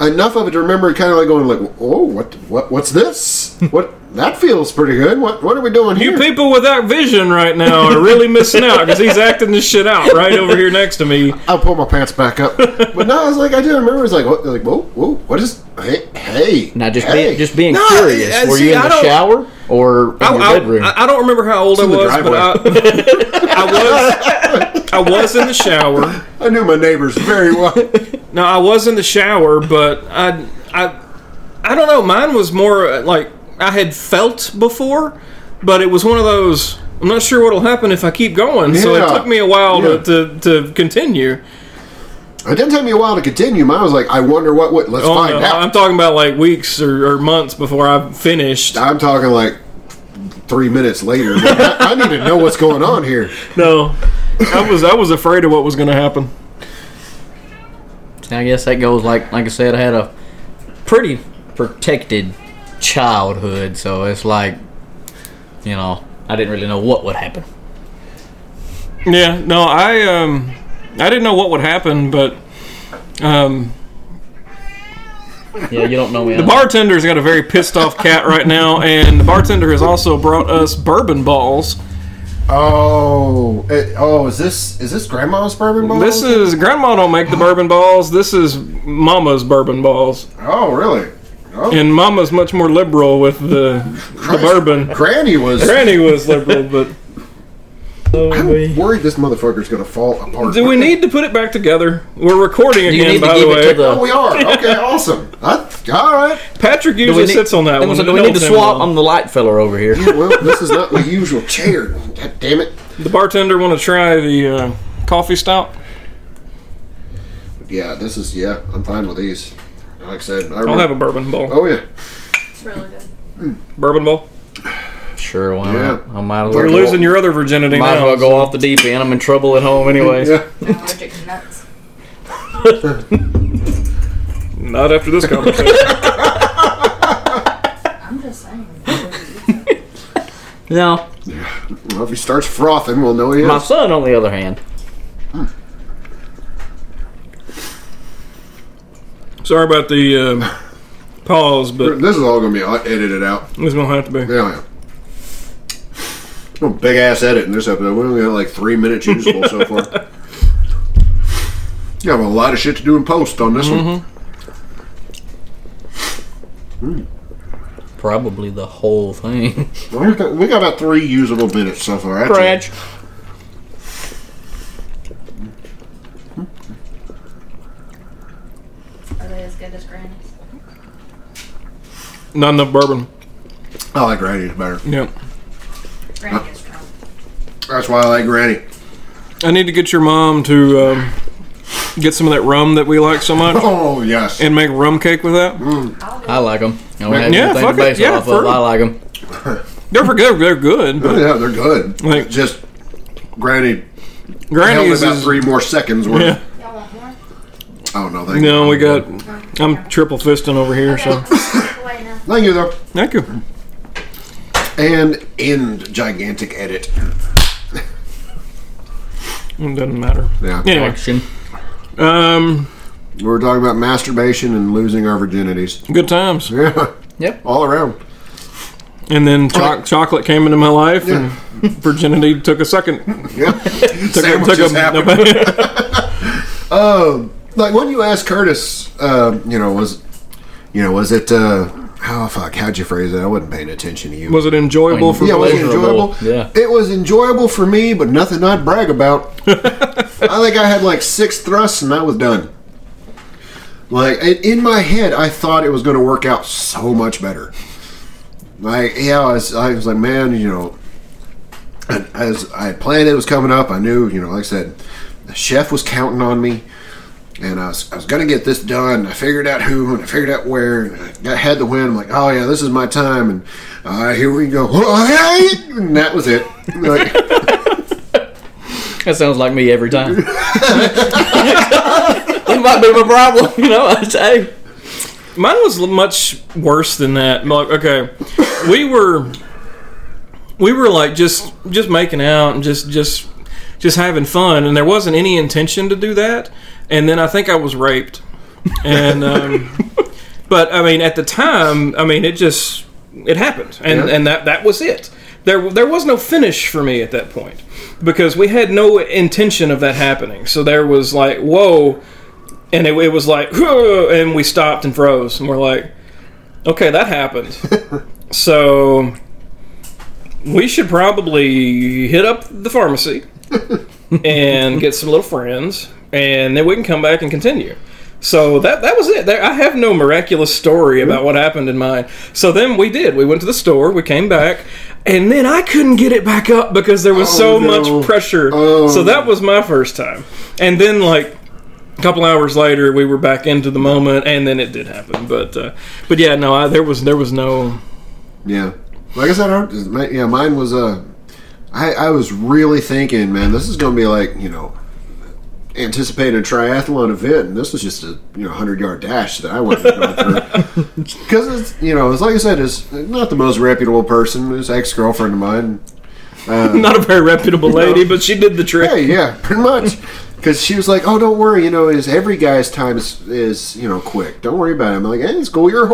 Speaker 2: enough of it to remember kind of like going like, oh, what, what, what's this? what that feels pretty good. What, what are we doing
Speaker 1: you
Speaker 2: here?
Speaker 1: people without vision right now are really missing out because he's acting this shit out right over here next to me.
Speaker 2: I'll pull my pants back up. but no, I was like, I do remember. It's like, what, like, whoa, whoa, what is? Hey, hey.
Speaker 3: Now, just
Speaker 2: hey.
Speaker 3: being, just being
Speaker 1: No,
Speaker 3: curious,
Speaker 1: I- I-
Speaker 3: were
Speaker 1: see,
Speaker 3: you in
Speaker 1: I
Speaker 3: the
Speaker 1: don't-
Speaker 3: shower or in
Speaker 1: I,
Speaker 3: your
Speaker 1: I-
Speaker 3: bedroom?
Speaker 1: I, I don't remember how old I
Speaker 2: in the
Speaker 1: was, but I, I was I was in the shower.
Speaker 2: I knew my neighbors very well.
Speaker 1: No, I was in the shower, but I I I don't know. Mine was more uh, like I had felt before, but it was one of those. I'm not sure what'll happen if I keep going. So it
Speaker 2: Yeah.
Speaker 1: took me a while
Speaker 2: Yeah.
Speaker 1: to, to, to continue.
Speaker 2: It didn't take me a while to continue. Mine was like, I wonder what would. Let's
Speaker 1: Oh,
Speaker 2: find
Speaker 1: no,
Speaker 2: out.
Speaker 1: I'm talking about like weeks or, or months before I finished.
Speaker 2: I'm talking like three minutes later. I, I need to know what's going on here.
Speaker 1: No, I was I was afraid of what was going to happen.
Speaker 3: I guess that goes like like I said, I had a pretty protected childhood, so it's like, you know, I didn't really know what would happen.
Speaker 1: Yeah, no, I um, I didn't know what would happen, but um,
Speaker 3: Yeah, you don't know me.
Speaker 1: the bartender's got a very pissed off cat right now, and the bartender has also brought us bourbon balls.
Speaker 2: Oh, it, oh, is this is this grandma's bourbon ball?
Speaker 1: This is grandma don't make the bourbon balls. This is mama's bourbon balls,
Speaker 2: oh, really? Oh,
Speaker 1: and mama's much more liberal with the, the bourbon.
Speaker 2: Granny was.
Speaker 1: Granny was liberal, but.
Speaker 2: I'm worried this motherfucker's gonna fall apart.
Speaker 1: Do we need to put it back together? We're recording
Speaker 3: you
Speaker 1: again,
Speaker 3: need to
Speaker 1: by the
Speaker 3: give it
Speaker 1: way.
Speaker 3: to the-
Speaker 2: Oh, we are. Okay, awesome. I, all right.
Speaker 1: Patrick
Speaker 3: Do we
Speaker 1: usually
Speaker 3: need-
Speaker 1: sits on that
Speaker 3: I'm
Speaker 1: one.
Speaker 3: gonna say,
Speaker 1: It
Speaker 3: do we need to
Speaker 1: knows him
Speaker 3: swap?
Speaker 1: well.
Speaker 3: I'm the light fella over here.
Speaker 2: Well, this is not my usual chair. God damn it.
Speaker 1: The bartender want to try the uh, coffee stout.
Speaker 2: Yeah, this is. Yeah, I'm fine with these. Like I said, I
Speaker 1: I'll have a bourbon ball.
Speaker 2: Oh yeah.
Speaker 4: It's really good.
Speaker 1: Bourbon ball.
Speaker 3: Sure, why
Speaker 2: Yeah.
Speaker 3: not? I might as
Speaker 1: You're
Speaker 3: well. Go,
Speaker 1: losing your other virginity
Speaker 3: might as
Speaker 1: now.
Speaker 3: well go off the deep end. I'm in trouble at home anyway.
Speaker 2: Yeah.
Speaker 4: I'm allergic to nuts.
Speaker 1: Not after this conversation.
Speaker 4: I'm just saying.
Speaker 3: Now,
Speaker 2: Well, if he starts frothing, we'll know he
Speaker 3: my
Speaker 2: is.
Speaker 3: son, on the other hand,
Speaker 1: Sorry about the um, pause, but
Speaker 2: This is all gonna be edited out.
Speaker 1: it's gonna have to be.
Speaker 2: Yeah. Well, big ass edit in this episode. We only got like three minutes usable so far. You have a lot of shit to do in post on this one.
Speaker 1: Mm-hmm.
Speaker 3: probably the whole thing.
Speaker 2: Well, we got- We got about three usable minutes so far. That's it.
Speaker 4: Are they as good as Granny's?
Speaker 1: Not enough bourbon.
Speaker 2: I like Granny's better.
Speaker 1: Yeah.
Speaker 4: Granny is drunk.
Speaker 2: That's why I like Granny.
Speaker 1: I need to get your mom to um, get some of that rum that we like so much
Speaker 2: Oh yes.
Speaker 1: and make rum cake with that.
Speaker 3: I like them. I don't have
Speaker 1: Yeah,
Speaker 3: anything
Speaker 1: fuck
Speaker 3: to
Speaker 1: it.
Speaker 3: base it
Speaker 1: Yeah,
Speaker 3: off of.
Speaker 1: for-
Speaker 3: I like them.
Speaker 1: They're for good. They're good.
Speaker 2: Oh,
Speaker 1: But
Speaker 2: yeah, they're good.
Speaker 1: Like-
Speaker 2: just Granny held
Speaker 1: Granny's
Speaker 2: about
Speaker 1: is.
Speaker 2: three more seconds worth.
Speaker 1: Yeah.
Speaker 4: Y'all want more?
Speaker 2: I don't know. Thank
Speaker 1: No,
Speaker 2: you.
Speaker 1: we got. I'm triple fisting over here, so
Speaker 4: Okay. Wait, now.
Speaker 2: Thank you though.
Speaker 1: thank you.
Speaker 2: And end gigantic edit.
Speaker 1: It doesn't matter.
Speaker 2: Yeah.
Speaker 1: Anyway,
Speaker 3: Action.
Speaker 1: um,
Speaker 2: We were talking about masturbation and losing our virginities.
Speaker 1: good times.
Speaker 2: Yeah.
Speaker 3: Yep.
Speaker 2: All around.
Speaker 1: And then cho- chocolate came into my life, and virginity took a second.
Speaker 2: Yeah.
Speaker 1: Took, a-
Speaker 2: Sandwiches
Speaker 1: took a-
Speaker 2: happen. Um, like when you asked Curtis, um, you know, was you know, was it uh, how fuck how'd you phrase it? I wasn't paying attention to you.
Speaker 1: Was it enjoyable for
Speaker 2: yeah, was it
Speaker 1: both?
Speaker 2: enjoyable?
Speaker 3: Yeah.
Speaker 2: It was enjoyable for me, but nothing I'd brag about. I think I had like six thrusts and I was done. Like in in my head, I thought it was going to work out so much better. Like yeah, I was, I was like, man, you know, and as I had planned it was coming up, I knew, you know, like I said, the chef was counting on me, and I was, I was going to get this done. I figured out who, and I figured out where, and I got, had the win. I'm like, oh yeah, this is my time, and all right, here we go. And that was it. Like,
Speaker 3: That sounds like me every time. it might be my problem, you know. I say,
Speaker 1: Mine was l- much worse than that. Like, okay, we were, we were like just just making out and just just just having fun, and there wasn't any intention to do that. And then I think I was raped, and um, but I mean at the time, I mean it just it happened, and
Speaker 2: Yeah.
Speaker 1: and that that was it. There there was no finish for me at that point because we had no intention of that happening. So there was like whoa and it, it was like, "Whoa," and we stopped and froze, and we're like, okay, that happened. so we should probably hit up the pharmacy and get some little friends, and then we can come back and continue. So that that was it. There, I have no miraculous story about what happened in mine. So then we did. We went to the store. We came back, and then I couldn't get it back up because there was so
Speaker 2: Oh, no.
Speaker 1: much pressure.
Speaker 2: Oh,
Speaker 1: so that was my first time. And then like a couple hours later, we were back into the moment, and then it did happen. But uh, but yeah, no, I, there was there was no
Speaker 2: Yeah, like I said, I don't- my- yeah, mine was uh, I I was really thinking, man, this is gonna be like you know, anticipating a triathlon event, and this was just a you know hundred yard dash that I wanted to go through because it's you know, it's like I said, it's not the most reputable person, it's ex girlfriend of mine.
Speaker 1: not a very reputable lady, but she did the trick.
Speaker 2: Hey, yeah, pretty much. Because she was like, "Oh, don't worry, you know, is every guy's time is, is you know quick. Don't worry about it." I'm like, "Hey, it's cool. You're a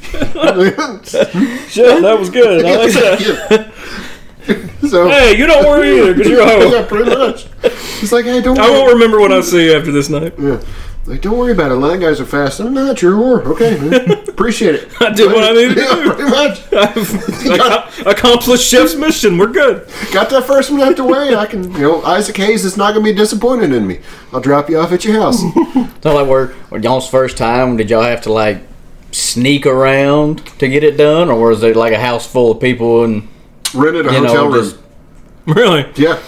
Speaker 2: whore."
Speaker 1: Shit, that was good. I like that.
Speaker 2: so
Speaker 1: Hey, you don't worry either, because you're a hoe.
Speaker 2: yeah, pretty much. It's like, "Hey, don't
Speaker 1: I
Speaker 2: worry."
Speaker 1: won't remember what I see after this night.
Speaker 2: Yeah. Like, don't worry about it. Line guys are fast. I'm not. You're a whore. Okay, man. appreciate it.
Speaker 1: I did what I needed to
Speaker 2: Yeah,
Speaker 1: do.
Speaker 2: pretty much.
Speaker 1: Ac- Accomplished Chef's mission. We're good.
Speaker 2: Got that first one out the way. I can, you know, Isaac Hayes is not going to be disappointed in me. I'll drop you off at your house.
Speaker 3: so like, were, were y'all's first time? Did y'all have to like sneak around to get it done, or was there like a house full of people and
Speaker 2: Rented a
Speaker 3: You know,
Speaker 2: hotel room.
Speaker 3: just-
Speaker 1: Really,
Speaker 2: yeah.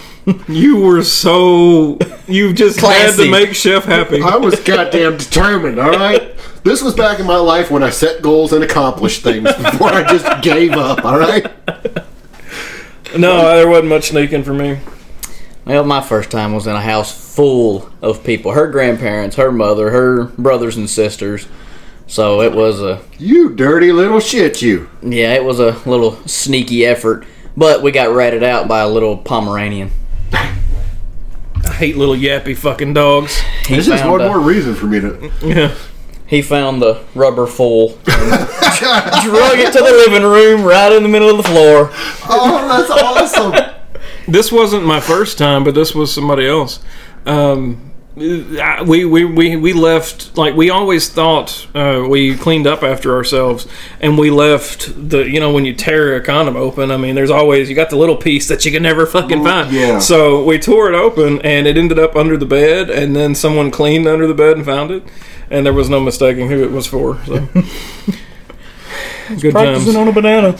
Speaker 1: you were so you just had
Speaker 3: Classy.
Speaker 1: to make Chef happy.
Speaker 2: I was goddamn determined, all right? This was back in my life when I set goals and accomplished things before I just gave up, all right?
Speaker 1: No, there wasn't much sneaking for me.
Speaker 3: Well, my first time was in a house full of people. Her grandparents, her mother, her brothers and sisters. So it was a
Speaker 2: You dirty little shit, you.
Speaker 3: yeah, it was a little sneaky effort. But we got ratted out by a little Pomeranian.
Speaker 1: I hate little yappy fucking dogs.
Speaker 3: He
Speaker 2: This is
Speaker 3: found
Speaker 2: one
Speaker 3: a-
Speaker 2: more reason for me to.
Speaker 1: Yeah.
Speaker 3: He found the rubber full, and drug it to the living room right in the middle of the floor.
Speaker 2: Oh, that's awesome.
Speaker 1: this wasn't my first time, but this was somebody else. Um, I- we, we, we, we left like we always thought uh, we cleaned up after ourselves and we left the you know when you tear a condom open I mean there's always you got the little piece that you can never fucking find
Speaker 2: yeah.
Speaker 1: so we tore it open and it ended up under the bed and then someone cleaned under the bed and found it and there was no mistaking who it was for so good times
Speaker 3: on a banana.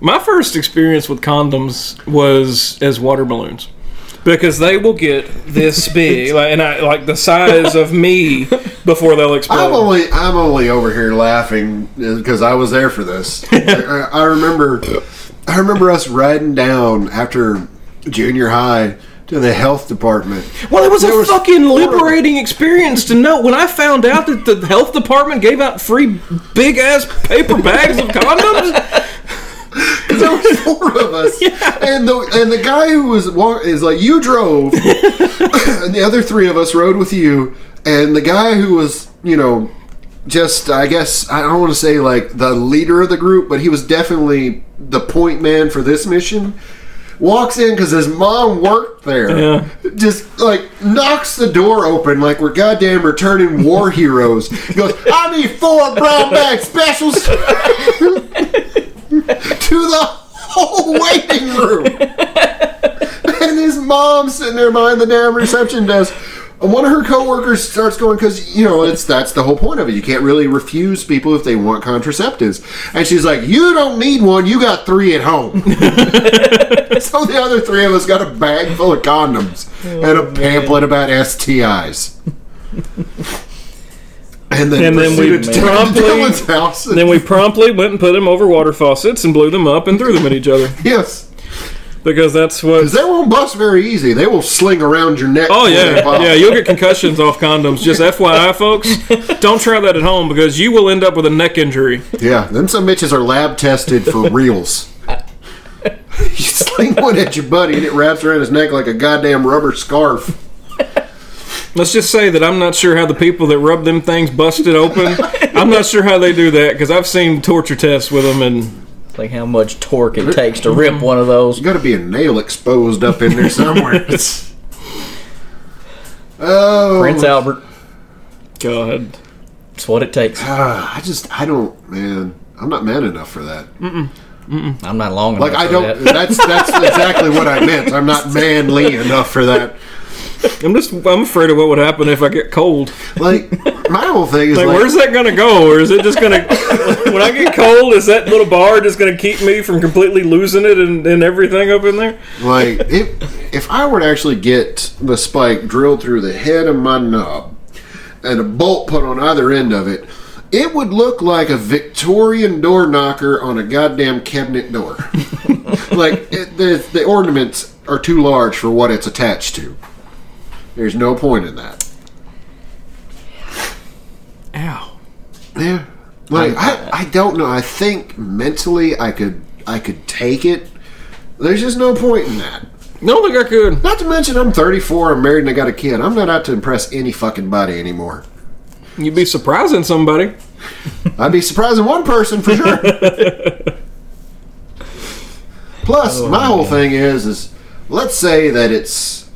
Speaker 1: My first experience with condoms was as water balloons because they will get this big, like, and I like the size of me before they'll
Speaker 2: I'm
Speaker 1: explode.
Speaker 2: only I'm only over here laughing because I was there for this. I, I remember I remember us riding down after junior high to the health department.
Speaker 1: Well, it was a
Speaker 2: There was
Speaker 1: fucking
Speaker 2: four of them.
Speaker 1: liberating experience to know when I found out that the health department gave out free big ass paper bags of condoms.
Speaker 2: There were four of us, and the and the guy who was wa- is like you drove, and the other three of us rode with you, and the guy who was you know just I guess I don't want to say like the leader of the group, but he was definitely the point man for this mission. walks in because his mom worked there.
Speaker 1: Yeah.
Speaker 2: Just like knocks the door open like we're goddamn returning war heroes. He goes, I need four brown bag specials to the whole waiting room. And his mom sitting there behind the damn reception desk. And one of her coworkers starts going because you know it's that's the whole point of it. You can't really refuse people if they want contraceptives. And she's like, "You don't need one. You got three at home." so the other three of us got a bag full of condoms
Speaker 1: Oh,
Speaker 2: and a pamphlet about STIs. and then,
Speaker 1: And then we
Speaker 2: proceeded to
Speaker 1: promptly-
Speaker 2: Dylan's house.
Speaker 1: And then we promptly went and put them over water faucets and blew them up and threw them at each other
Speaker 2: yes.
Speaker 1: because that's what.
Speaker 2: 'Cause They won't bust very easy. They will sling around your neck.
Speaker 1: Oh
Speaker 2: when they
Speaker 1: yeah,
Speaker 2: pop.
Speaker 1: yeah. You'll get concussions off condoms. Just FYI, folks, don't try that at home because you will end up with a neck injury.
Speaker 2: Yeah, them some bitches are lab tested for reals. you sling one at your buddy and it wraps around his neck like a goddamn rubber scarf.
Speaker 1: Let's just say that I'm not sure how the people that rub them things busted open. I'm not sure how they do that because I've seen torture tests with them and
Speaker 3: Like how much torque it takes to rip one of those.
Speaker 2: There's got to be a nail exposed up in there somewhere. oh,
Speaker 3: Prince Albert.
Speaker 1: God.
Speaker 3: That's what it takes.
Speaker 2: ah, I just I don't man. I'm not man enough for that.
Speaker 3: I'm not long enough.
Speaker 2: Like I
Speaker 3: Mm, for
Speaker 2: don't.
Speaker 3: that.
Speaker 2: That's that's exactly what I meant. I'm not manly enough for that.
Speaker 1: I'm just I'm afraid of what would happen if I get cold.
Speaker 2: Like my whole thing is
Speaker 1: Like,
Speaker 2: like,
Speaker 1: where's that gonna go? Or is it just gonna when I get cold, is that little bar just gonna keep me from completely losing it and, and everything up in there?
Speaker 2: Like if if I were to actually get the spike drilled through the head of my knob and a bolt put on either end of it, it would look like a Victorian door knocker on a goddamn cabinet door. like it, the the ornaments are too large for what it's attached to. There's no point in that.
Speaker 1: Ow.
Speaker 2: Yeah. Like I, I don't know. I think mentally I could I could take it. There's just no point in that.
Speaker 1: I don't think I could.
Speaker 2: Not to mention, I'm 34, I'm married, and I got a kid. I'm not out to impress any fucking body anymore.
Speaker 1: You'd be surprising somebody.
Speaker 2: I'd be surprising one person for sure. Plus, my whole thing is, is let's say that it's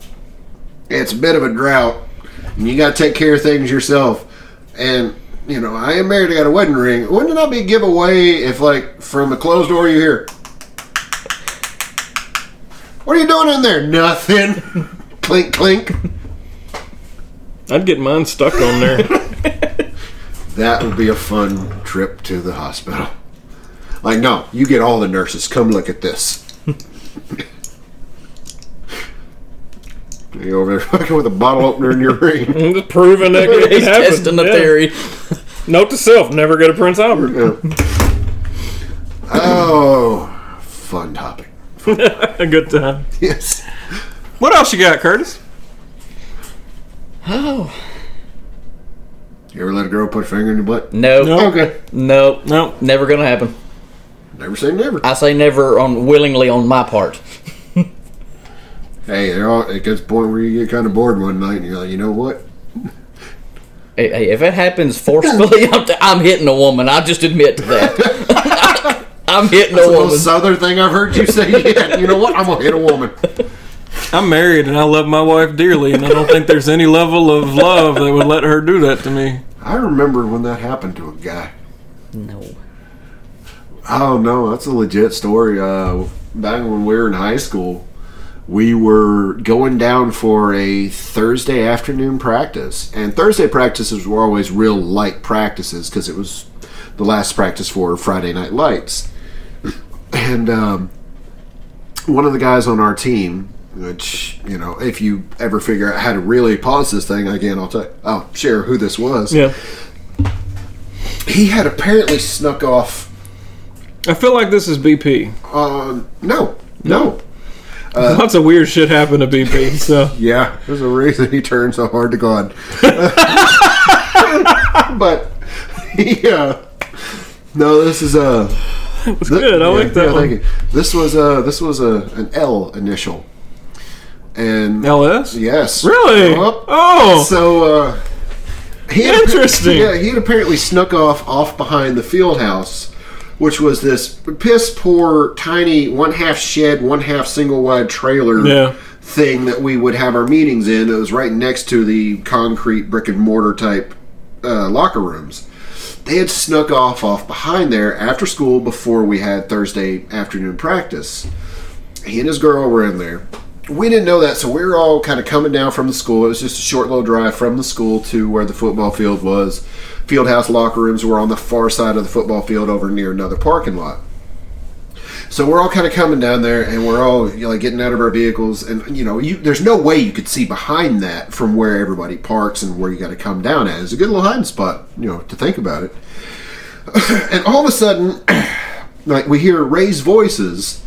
Speaker 2: it's a bit of a drought, and you got to take care of things yourself. And you know, I am married. I got a wedding ring. Wouldn't that be a giveaway if, like, from a closed door, you hear, "What are you doing in there? Nothing." clink, clink.
Speaker 1: I'd get mine stuck on there.
Speaker 2: That would be a fun trip to the hospital. Like, no, you get all the nurses. Come look at this. you over there fucking with a bottle opener in your ring.
Speaker 1: I'm just proving that it
Speaker 3: He's
Speaker 1: happened.
Speaker 3: testing the
Speaker 1: Yeah.
Speaker 3: theory.
Speaker 1: Note to self, never go to Prince Albert.
Speaker 2: Oh, fun topic.
Speaker 1: A good time.
Speaker 2: Yes.
Speaker 1: What else you got, Curtis?
Speaker 3: Oh
Speaker 2: You ever let a girl put a finger in your butt?
Speaker 3: no,
Speaker 1: No.
Speaker 3: no,
Speaker 2: Okay.
Speaker 1: No.
Speaker 3: never gonna happen.
Speaker 2: Never say never.
Speaker 3: I say never on willingly on my part.
Speaker 2: Hey, they're all, it gets to a point where you get kind of bored one night and you're like, you know what?
Speaker 3: Hey, hey, if it happens forcefully, I'm, I'm hitting a woman. I just admit to that. I'm hitting a
Speaker 2: The
Speaker 3: woman.
Speaker 2: most southern thing I've heard you say yet. You know what? I'm going to hit a woman.
Speaker 1: I'm married and I love my wife dearly, and I don't think there's any level of love that would let her do that to me.
Speaker 2: I remember when that happened to a guy.
Speaker 3: No.
Speaker 2: Oh no, that's a legit story. Uh, back when we were in high school, we were going down for a Thursday afternoon practice, and Thursday practices were always real light practices because it was the last practice for Friday Night Lights. And um, one of the guys on our team, which you know, if you ever figure out how to really pause this thing again, I'll tell. I'll share who this was.
Speaker 1: Yeah.
Speaker 2: he had apparently snuck off
Speaker 1: I feel like this is BP.
Speaker 2: Um, no, no.
Speaker 3: Uh,
Speaker 1: Lots of weird shit happened to BP, so.
Speaker 2: Yeah, there's a reason he turned so hard to God. but he, uh, no, this is uh, a. That's
Speaker 1: good. I like that one.
Speaker 2: This was a this was a an L initial, and
Speaker 1: LS?
Speaker 2: yes,
Speaker 1: Really?
Speaker 2: Yup.
Speaker 1: Oh.
Speaker 2: so uh, he had appar-
Speaker 1: Interesting.
Speaker 2: yeah, he had apparently snuck off off behind the field house, which was this piss poor tiny one half shed, one half single wide trailer
Speaker 1: Yeah.
Speaker 2: thing that we would have our meetings in. It was right next to the concrete brick and mortar type uh, locker rooms. They had snuck off off behind there after school before we had Thursday afternoon practice. He and his girl were in there. We didn't know that, so we were all kind of coming down from the school. It was just a short little drive from the school to where the football field was. Field house locker rooms were on the far side of the football field over near another parking lot. So we're all kind of coming down there, and we're all you know, like getting out of our vehicles, and you know, you, there's no way you could see behind that from where everybody parks and where you got to come down at. It's a good little hiding spot, you know, to think about it. and all of a sudden, like we hear Ray's voices,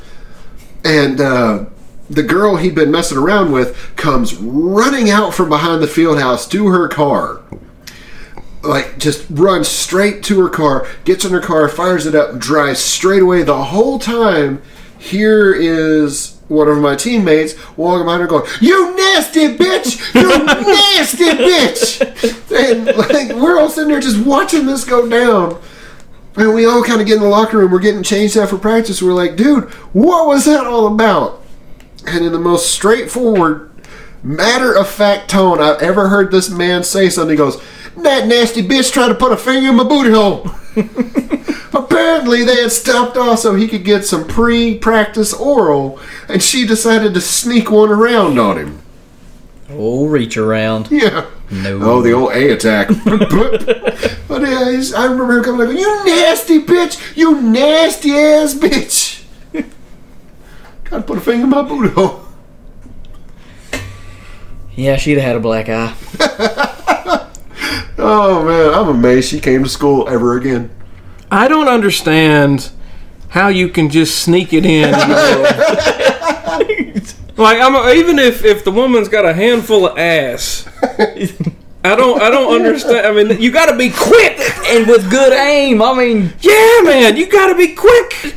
Speaker 2: and uh, the girl he'd been messing around with comes running out from behind the field house to her car. Like, just runs straight to her car, gets in her car, fires it up, and drives straight away. The whole time, here is one of my teammates walking behind her going, You nasty bitch! You nasty bitch! And, like, we're all sitting there just watching this go down. And we all kind of get in the locker room. We're getting changed out for practice. We're like, dude, what was that all about? And in the most straightforward, matter of fact tone I've ever heard this man say something, he goes, That nasty bitch tried to put a finger in my booty hole. Apparently, they had stopped off so he could get some pre practice oral, and she decided to sneak one around on him.
Speaker 3: Oh, reach around.
Speaker 2: Yeah.
Speaker 3: No.
Speaker 2: Oh, the old A attack. but yeah, he's, I remember him coming like, "You nasty bitch! You nasty ass bitch!" Gotta put a finger in my booty hole.
Speaker 3: Yeah, she'd have had a black eye.
Speaker 2: Oh man, I'm amazed she came to school ever again.
Speaker 1: I don't understand how you can just sneak it in. like I'm even if if the woman's got a handful of ass. I don't I don't understand. I mean, you got to be quick.
Speaker 3: and with good aim. I mean,
Speaker 1: Yeah, man, you got to be quick.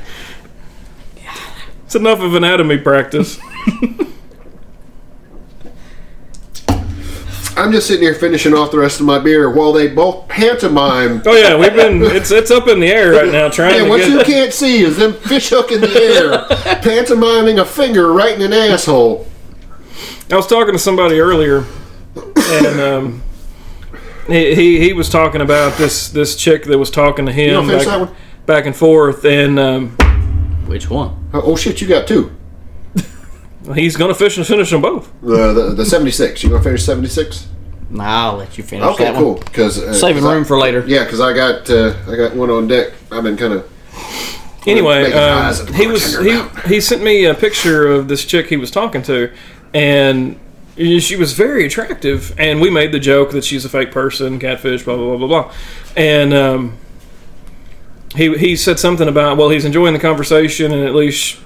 Speaker 1: It's enough of anatomy practice.
Speaker 2: I'm just sitting here finishing off the rest of my beer while they both pantomime.
Speaker 1: Oh yeah, we've been it's it's up in the air right now trying
Speaker 2: And what
Speaker 1: to
Speaker 2: you
Speaker 1: get
Speaker 2: can't see is them fish hook in the air, pantomiming a finger right in an asshole.
Speaker 1: I was talking to somebody earlier, and um, he, he he was talking about this this chick that was talking to
Speaker 2: You
Speaker 1: him
Speaker 2: don't finish that
Speaker 1: back,
Speaker 2: one?
Speaker 1: back and forth, and um,
Speaker 3: which one?
Speaker 2: Oh shit, you got two.
Speaker 1: he's gonna fish and finish them both.
Speaker 2: The the, the 76. You gonna finish 76?
Speaker 3: Nah, I'll let you finish
Speaker 2: Okay,
Speaker 3: that
Speaker 2: cool.
Speaker 3: one.
Speaker 2: Because uh,
Speaker 3: Saving
Speaker 2: 'cause I-
Speaker 3: room for later.
Speaker 2: Yeah, because I got uh, I got one on deck. I've been kind of
Speaker 1: Anyway,
Speaker 2: Making eyes
Speaker 1: um,
Speaker 2: at the
Speaker 1: he was he
Speaker 2: bartender
Speaker 1: he sent me a picture of this chick he was talking to, and she was very attractive. And we made the joke that she's a fake person, catfish, blah blah blah blah blah. And um, he he said something about well, he's enjoying the conversation, and at least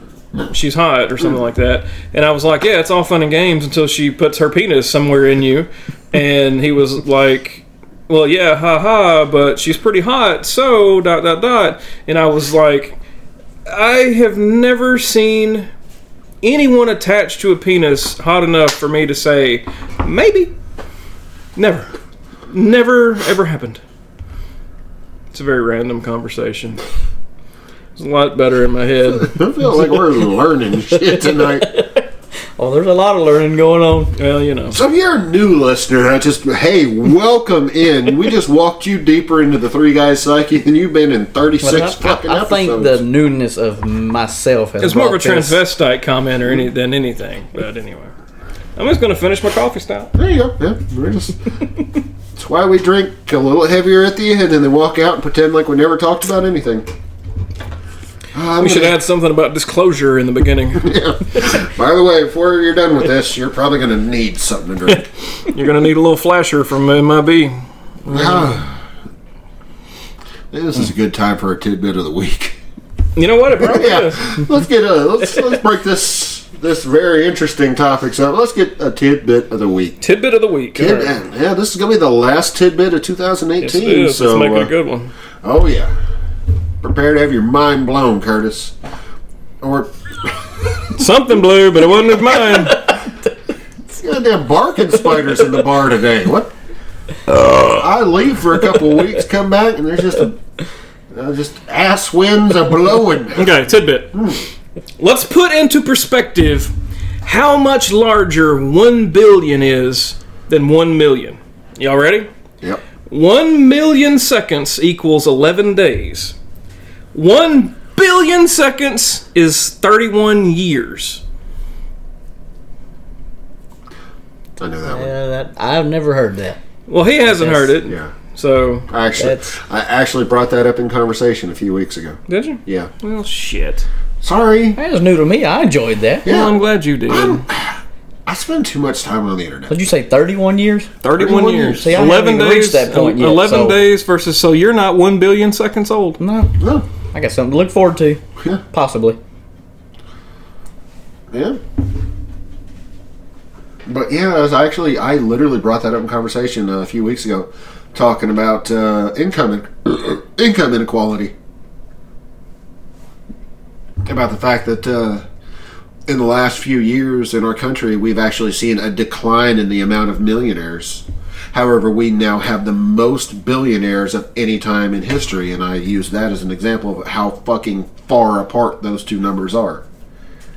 Speaker 1: she's hot or something like that. And I was like, yeah, it's all fun and games until she puts her penis somewhere in you. And he was like. Well, yeah, ha ha, but she's pretty hot, so dot dot dot. And I was like, I have never seen anyone attached to a penis hot enough for me to say maybe. Never. Never ever happened. It's a very random conversation. It's a lot better in my head.
Speaker 2: I feel like we're learning shit tonight.
Speaker 3: Oh, there's a lot of learning going on.
Speaker 1: well, you know.
Speaker 2: So if you're a new listener, I just hey, welcome in. We just walked you deeper into the three guys psyche than you've been in 36 fucking
Speaker 3: I, I think
Speaker 2: episodes.
Speaker 3: the newness of myself has
Speaker 1: It's more of a
Speaker 3: brought this.
Speaker 1: transvestite comment or any than anything, but anyway. I'm just gonna finish my coffee stout.
Speaker 2: there you go. Yeah, we're just. That's why we drink a little heavier at the end and then walk out and pretend like we never talked about anything. Uh, I'm
Speaker 1: We should
Speaker 2: gonna-
Speaker 1: add something about disclosure in the beginning.
Speaker 2: By the way, before you're done with this, you're probably going to need something to drink.
Speaker 1: You're gonna need a little flasher from MIB.
Speaker 2: Ah. this is a good time for a tidbit of the week.
Speaker 1: You know what? It probably
Speaker 2: Yeah,
Speaker 1: is.
Speaker 2: let's get a let's let's break this this very interesting topic. So let's get a tidbit of the week.
Speaker 1: Tidbit of the week. All right.
Speaker 2: Tidbit. Yeah, this is gonna be the last tidbit of
Speaker 1: Yes, it
Speaker 2: 2018.
Speaker 1: is. Let's
Speaker 2: So,
Speaker 1: make it
Speaker 2: uh,
Speaker 1: a good one.
Speaker 2: oh yeah, prepare to have your mind blown, Curtis. Or
Speaker 1: Something blue, but it wasn't mine.
Speaker 2: goddamn barking spiders in the bar
Speaker 1: Uh.
Speaker 2: today. What? I leave for a couple of weeks, come back, and there's just a Uh, just ass winds are blowing.
Speaker 1: Okay, tidbit. Let's put into perspective how much larger 1 billion is than 1 million. Y'all ready?
Speaker 2: yep.
Speaker 1: 1 million seconds equals 11 days. 1 billion seconds is 31 years.
Speaker 2: I know that one.
Speaker 3: Yeah, that I've never heard that.
Speaker 1: Well, he hasn't
Speaker 3: Yes.
Speaker 1: heard it.
Speaker 2: Yeah.
Speaker 1: So,
Speaker 2: I actually,
Speaker 3: That's-
Speaker 2: I actually brought that up in conversation a few weeks ago.
Speaker 1: did you?
Speaker 2: Yeah.
Speaker 1: Well, shit.
Speaker 2: Sorry.
Speaker 3: That was new to me. I enjoyed that.
Speaker 2: Yeah.
Speaker 1: Well, I'm glad you did.
Speaker 2: I spend too much time on the internet.
Speaker 3: Did you say 31 years?
Speaker 1: 31
Speaker 2: 31
Speaker 1: years.
Speaker 2: years. See,
Speaker 3: I haven't even reached that point yet,
Speaker 1: 11
Speaker 3: so- Mm-hmm.
Speaker 1: days versus, so you're not 1 billion seconds old.
Speaker 3: No,
Speaker 2: No.
Speaker 3: I got something to look forward to.
Speaker 2: Yeah.
Speaker 3: Possibly.
Speaker 2: Yeah. But yeah, I was actually, I literally brought that up in conversation uh, a few weeks ago, talking about uh, income in- income inequality, about the fact that uh, in the last few years in our country we've actually seen a decline in the amount of millionaires. However, we now have the most billionaires of any time in history, and I use that as an example of how fucking far apart those two numbers are.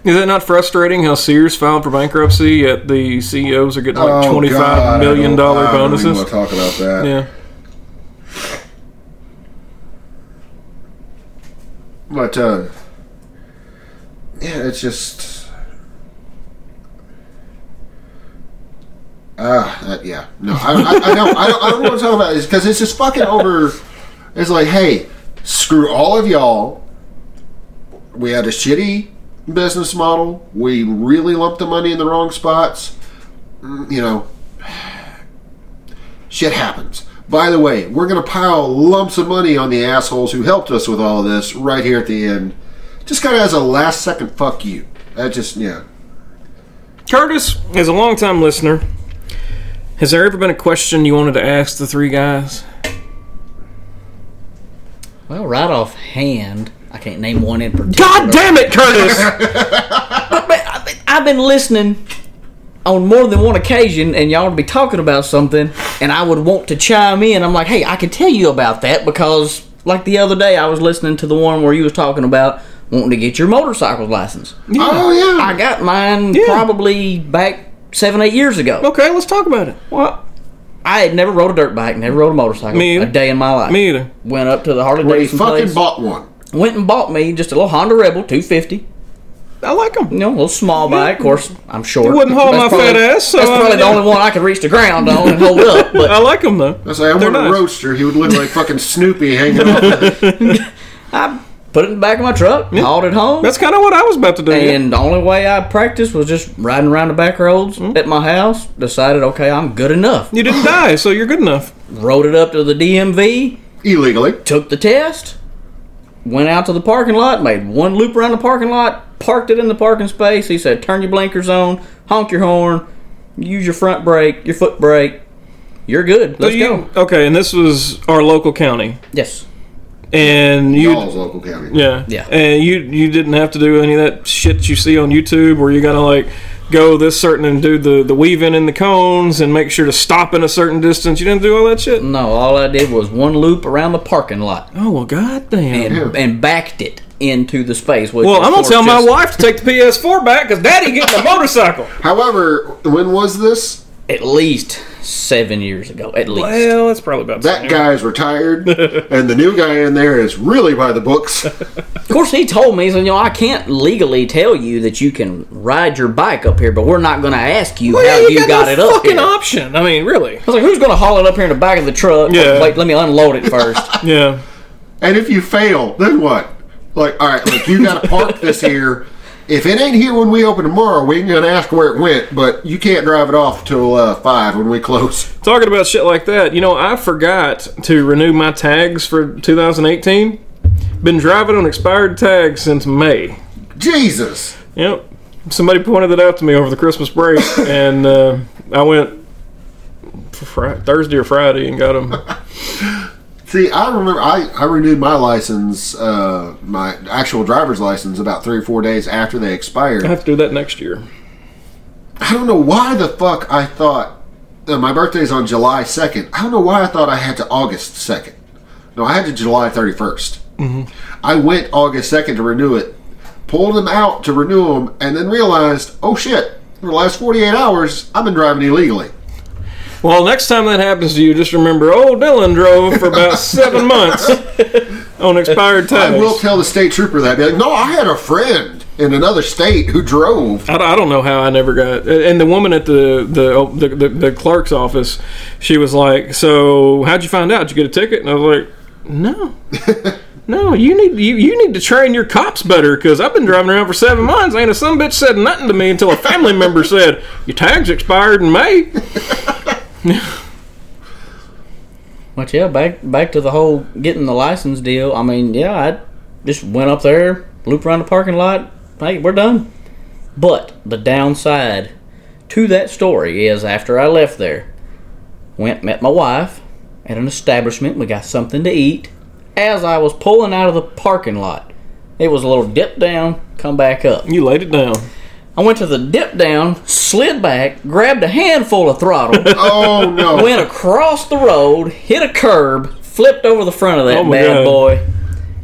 Speaker 1: Is that not frustrating how Sears filed for bankruptcy yet the CEOs are getting like
Speaker 2: Oh,
Speaker 1: twenty five
Speaker 2: God,
Speaker 1: million
Speaker 2: I don't-
Speaker 1: dollar
Speaker 2: I don't even
Speaker 1: bonuses?
Speaker 2: wanna talk about that.
Speaker 1: Yeah.
Speaker 2: But uh, yeah, it's just ah, that- yeah. No, I, I, I don't. I don't, I don't want to talk about this because it's just fucking over. It's like, hey, screw all of y'all. We had a shitty business model. We really lumped the money in the wrong spots. Mm, You know, shit happens. By the way, we're going to pile lumps of money on the assholes who helped us with all this right here at the end. Just kind of as a last second fuck you. That just, yeah.
Speaker 1: Curtis, as a longtime listener, has there ever been a question you wanted to ask the three guys?
Speaker 3: Well, right offhand, I can't name one in particular.
Speaker 1: God damn it, Curtis!
Speaker 3: I've been listening on more than one occasion, and y'all would be talking about something, and I would want to chime in. I'm like, hey, I could tell you about that because, like the other day, I was listening to the one where you was talking about wanting to get your motorcycle license.
Speaker 2: Oh, yeah.
Speaker 3: I got mine
Speaker 1: Yeah.
Speaker 3: probably back seven, eight years ago.
Speaker 1: okay, let's talk about it.
Speaker 3: Well, I had never rode a dirt bike, never rode a motorcycle
Speaker 1: Me either.
Speaker 3: a day in my life.
Speaker 1: Me either.
Speaker 3: Went up to the Harley
Speaker 2: Where he
Speaker 3: Davidson
Speaker 2: fucking
Speaker 3: place,
Speaker 2: bought one.
Speaker 3: went and bought me just a little Honda Rebel 250.
Speaker 1: I like
Speaker 3: You
Speaker 1: them.
Speaker 3: know, a little small bike. Of course, I'm short.
Speaker 1: It wouldn't haul
Speaker 3: That's
Speaker 1: my
Speaker 3: probably-
Speaker 1: fat ass, so
Speaker 3: that's
Speaker 1: I
Speaker 3: probably the
Speaker 1: mean-
Speaker 3: only one I could reach the ground on and hold up. But
Speaker 1: I like them though.
Speaker 2: I say, I
Speaker 1: They're
Speaker 2: want
Speaker 1: nice.
Speaker 2: a roadster. He would look like fucking Snoopy hanging off. the-
Speaker 3: I put it in the back of my truck, hauled it home.
Speaker 1: That's kind of what I was about to do.
Speaker 3: and the only way I practiced was just riding around the back roads
Speaker 1: Mm-hmm.
Speaker 3: at my house. Decided, okay, I'm good enough.
Speaker 1: you didn't die, so you're good enough.
Speaker 3: Rode it up to the DMV,
Speaker 2: Illegally.
Speaker 3: took the test, went out to the parking lot, made one loop around the parking lot, parked it in the parking space. He said, "Turn your blinkers on, honk your horn, use your front brake, your foot brake. You're good.
Speaker 1: So
Speaker 3: Let's
Speaker 1: you-
Speaker 3: go."
Speaker 1: Okay, and this was our local county,
Speaker 3: Yes.
Speaker 1: and you.
Speaker 2: Y'all's local county.
Speaker 1: Yeah.
Speaker 3: Yeah.
Speaker 1: And you you didn't have to do any of that shit you see on YouTube where you gotta like go this certain and do the the weaving in the cones and make sure to stop in a certain distance. You didn't do all that shit.
Speaker 3: No, all I did was one loop around the parking lot
Speaker 1: Oh well, goddamn.
Speaker 3: and, and backed it into the space. Which
Speaker 1: Well,
Speaker 3: of
Speaker 1: I'm gonna
Speaker 3: course
Speaker 1: tell my
Speaker 3: just-
Speaker 1: wife to take the PS4 back because Daddy getting a motorcycle.
Speaker 2: However, when was this?
Speaker 3: At least seven years ago. At least.
Speaker 1: Well, that's probably about
Speaker 2: That guy's retired, and the new guy in there is really by the books.
Speaker 3: Of course, he told me, he said, you know, I can't legally tell you that you can ride your bike up here, but we're not going to ask you
Speaker 1: Well,
Speaker 3: how
Speaker 1: yeah,
Speaker 3: you got,
Speaker 1: no
Speaker 3: it up
Speaker 1: fucking
Speaker 3: here.
Speaker 1: option. I mean, really.
Speaker 3: I was like, who's going to haul it up here in the back of the truck?
Speaker 1: Yeah.
Speaker 3: Wait, let me unload it first.
Speaker 1: Yeah.
Speaker 2: And if you fail, then what? Like, all right, look, you got to park this here. If it ain't here when we open tomorrow, we ain't gonna ask where it went. But you can't drive it off till uh, five when we close.
Speaker 1: Talking about shit like that, you know, I forgot to renew my tags for 2018. Been driving on expired tags since May.
Speaker 2: Jesus,
Speaker 1: Yep. Somebody pointed it out to me over the Christmas break, and uh, I went fri- Thursday or Friday and got them.
Speaker 2: see, I remember I, I renewed my license, uh, my actual driver's license, about three or four days after they
Speaker 1: I
Speaker 2: expired.
Speaker 1: have to do that next year.
Speaker 2: I don't know why the fuck I thought uh, my birthday's on July second. I don't know why I thought I had to August second. No, I had to July thirty first. I went August 2nd to renew it, pulled them out to renew them, and then realized, oh shit, for the last 48 hours, I've been driving illegally.
Speaker 1: Well, next time that happens to you, just remember old Dylan drove for about seven months on expired
Speaker 2: I
Speaker 1: titles.
Speaker 2: will tell the state trooper that. Be like, no, I had a friend in another state who drove.
Speaker 1: I, I don't know how I never got. And the woman at the the, the the the clerk's office, she was like, "So how'd you find out? Did you get a ticket?" And I was like, "No, no. You need you, you need to train your cops better because I've been driving around for seven months, and a some bitch said nothing to me until a family member said your tag's expired in May."
Speaker 3: But yeah, back back to the whole getting the license deal. I mean, yeah, I just went up there, looped around the parking lot. Hey, we're done. But the downside to that story is after I left there, went met my wife at an establishment. We got something to eat. As I was pulling out of the parking lot, it was a little dip down, come back up.
Speaker 1: You laid it down.
Speaker 3: I went to the dip down, slid back, grabbed a handful of throttle.
Speaker 2: Oh no.
Speaker 3: went across the road, hit a curb, flipped over the front of that
Speaker 1: Oh, my God.
Speaker 3: bad boy,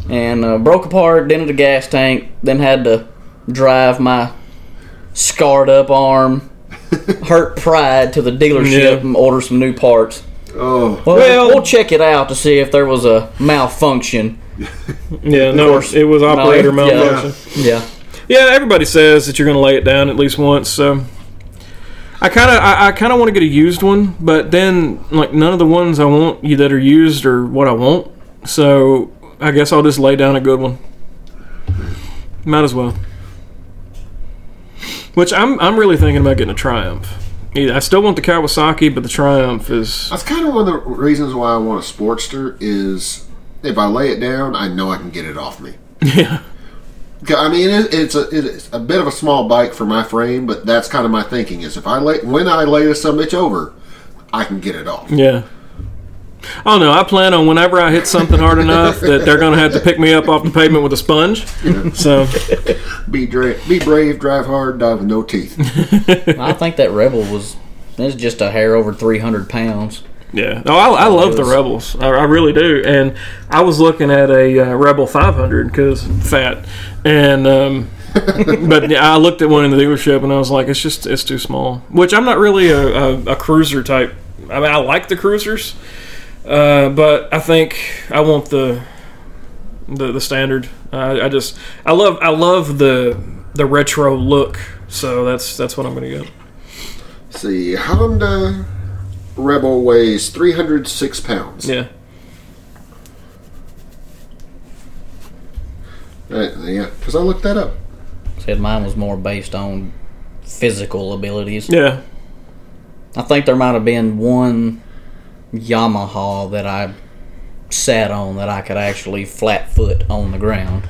Speaker 3: and uh, broke apart, dented a gas tank, then had to drive my scarred up arm, hurt pride to the dealership
Speaker 1: Yeah.
Speaker 3: and order some new parts.
Speaker 2: Oh.
Speaker 3: Well,
Speaker 1: Well-
Speaker 3: we'll check it out to see if there was a malfunction.
Speaker 1: Yeah, no,
Speaker 3: course.
Speaker 1: it was operator
Speaker 3: No, yeah.
Speaker 1: malfunction.
Speaker 3: Yeah.
Speaker 1: Yeah, everybody says that you're going to lay it down at least once. So I kind of I, I kind of want to get a used one, but then like none of the ones I want you that are used are what I want. So I guess I'll just lay down a good one. Might as well. Which I'm I'm really thinking about getting a Triumph. Yeah, I still want the Kawasaki, but the Triumph is
Speaker 2: That's kind of one of the reasons why I want a Sportster is if I lay it down, I know I can get it off me.
Speaker 1: yeah.
Speaker 2: 'Cause, I mean, it, it's a it's a bit of a small bike for my frame, but that's kind of my thinking is if I lay when I lay some bitch over, I can get it off.
Speaker 1: Yeah. Oh no, I plan on whenever I hit something hard enough that they're gonna have to pick me up off the pavement with a sponge. So
Speaker 2: Be dra- be brave, drive hard, dive with no teeth.
Speaker 3: I think that Rebel was, it's just a hair over 300 pounds.
Speaker 1: yeah, no, I, I love the rebels, I, I really do. And I was looking at a uh, Rebel 500 because fat, and um, but I looked at one in the dealership and I was like, it's just it's too small. Which I'm not really a, a, a cruiser type. I mean, I like the cruisers, uh, but I think I want the the, the standard. I I just I love I love the the retro look. So that's that's what I'm gonna get.
Speaker 2: See, Honda Rebel weighs three hundred six pounds.
Speaker 1: Yeah.
Speaker 2: Uh, yeah, because I looked that up.
Speaker 3: Said mine was more based on physical abilities.
Speaker 1: Yeah.
Speaker 3: I think there might have been one Yamaha that I sat on that I could actually flat foot on the ground.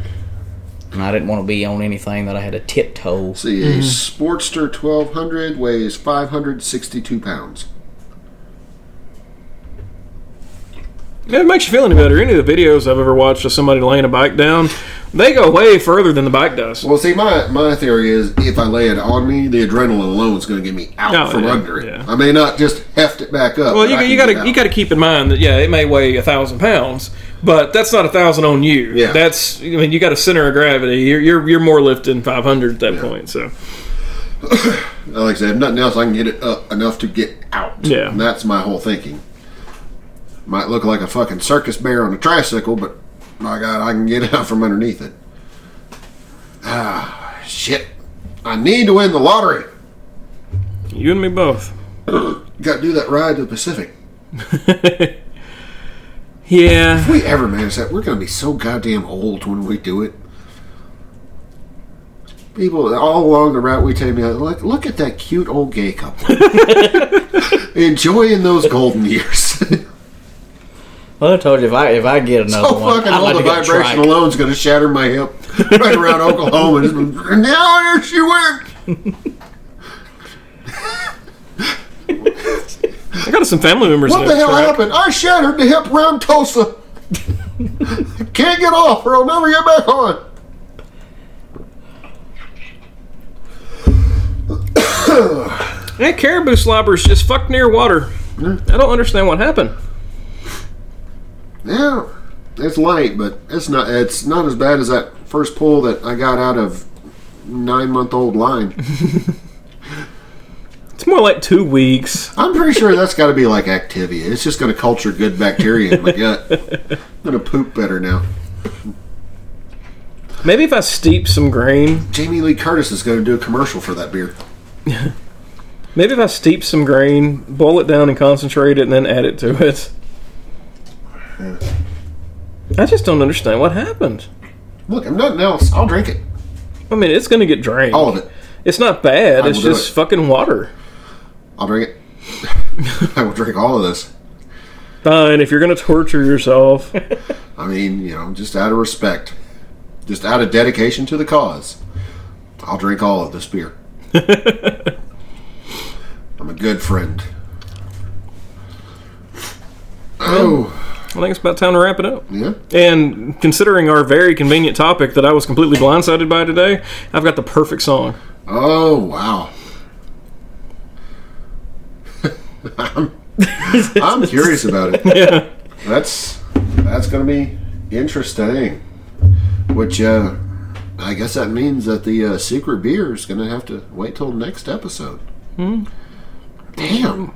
Speaker 3: And I didn't want to be on anything that I had to tiptoe.
Speaker 2: See,
Speaker 1: Mm-hmm.
Speaker 2: a Sportster twelve hundred weighs five hundred sixty two pounds.
Speaker 1: Yeah, It makes you feel any better. Any of the videos I've ever watched of somebody laying a bike down, they go way further than the bike does.
Speaker 2: Well, see, my my theory is if I lay it on me, the adrenaline alone is going to get me out
Speaker 1: Oh,
Speaker 2: from
Speaker 1: yeah,
Speaker 2: under it.
Speaker 1: yeah.
Speaker 2: I may not just heft it back up.
Speaker 1: Well,
Speaker 2: but
Speaker 1: you,
Speaker 2: I
Speaker 1: you
Speaker 2: can
Speaker 1: gotta
Speaker 2: get
Speaker 1: you
Speaker 2: out.
Speaker 1: gotta keep in mind that yeah, it may weigh a thousand pounds, but that's not a thousand on you.
Speaker 2: Yeah.
Speaker 1: that's I mean you got a center of gravity. You're you're, you're more lifting five hundred at that point. So
Speaker 2: like I said, if nothing else, I can get it up enough to get out.
Speaker 1: Yeah.
Speaker 2: And that's my whole thinking. Might look like a fucking circus bear on a tricycle, but my God, I can get out from underneath it. Ah, shit. I need to win the lottery.
Speaker 1: you and me both.
Speaker 2: Got to do that ride to the Pacific.
Speaker 1: Yeah,
Speaker 2: If we ever manage that, we're going to be so goddamn old when we do it. People all along the route we take, be like, look, look at that cute old gay couple. Enjoying those golden years.
Speaker 3: Well, I told you if I if I get another
Speaker 2: Oh
Speaker 3: one,
Speaker 2: fucking
Speaker 3: I'd
Speaker 2: hell,
Speaker 3: like
Speaker 2: the
Speaker 3: to get a
Speaker 2: vibration
Speaker 3: trike.
Speaker 2: alone is going to shatter my hip right around Oklahoma. And just- and now here she went.
Speaker 1: I got some family members.
Speaker 2: What
Speaker 1: that
Speaker 2: the hell
Speaker 1: track.
Speaker 2: happened? I shattered the hip around Tulsa. Can't get off, or I'll never get back on.
Speaker 1: That caribou slobbers just fucked near water. I don't understand what happened.
Speaker 2: Yeah, it's light, but it's not it's not as bad as that first pull that I got out of nine month old line.
Speaker 1: It's more like two weeks.
Speaker 2: I'm pretty sure that's got to be like Activia. It's just going to culture good bacteria in my gut. I'm going to poop better now.
Speaker 1: Maybe if I steep some grain,
Speaker 2: Jamie Lee Curtis is going to do a commercial for that beer.
Speaker 1: maybe if I steep some grain, boil it down and concentrate it, and then add it to it. I just don't understand what happened.
Speaker 2: Look, I'm nothing else. I'll drink it.
Speaker 1: I mean, it's going to get drained.
Speaker 2: All of it.
Speaker 1: It's not bad.
Speaker 2: Oh. I
Speaker 1: It's
Speaker 2: will do
Speaker 1: just
Speaker 2: it.
Speaker 1: fucking water.
Speaker 2: I'll drink it. I will drink all of this.
Speaker 1: Fine, if you're going to torture yourself.
Speaker 2: I mean, you know, just out of respect, just out of dedication to the cause, I'll drink all of this beer. I'm a good friend. Oh,
Speaker 1: I think it's about time to wrap it up.
Speaker 2: yeah.
Speaker 1: And considering our very convenient topic that I was completely blindsided by today, I've got the perfect song.
Speaker 2: Oh, wow. I'm, I'm curious about it.
Speaker 1: Yeah.
Speaker 2: That's that's going to be interesting. Which uh, I guess that means that the uh, secret beer is going to have to wait till next episode.
Speaker 1: Hmm.
Speaker 2: Damn.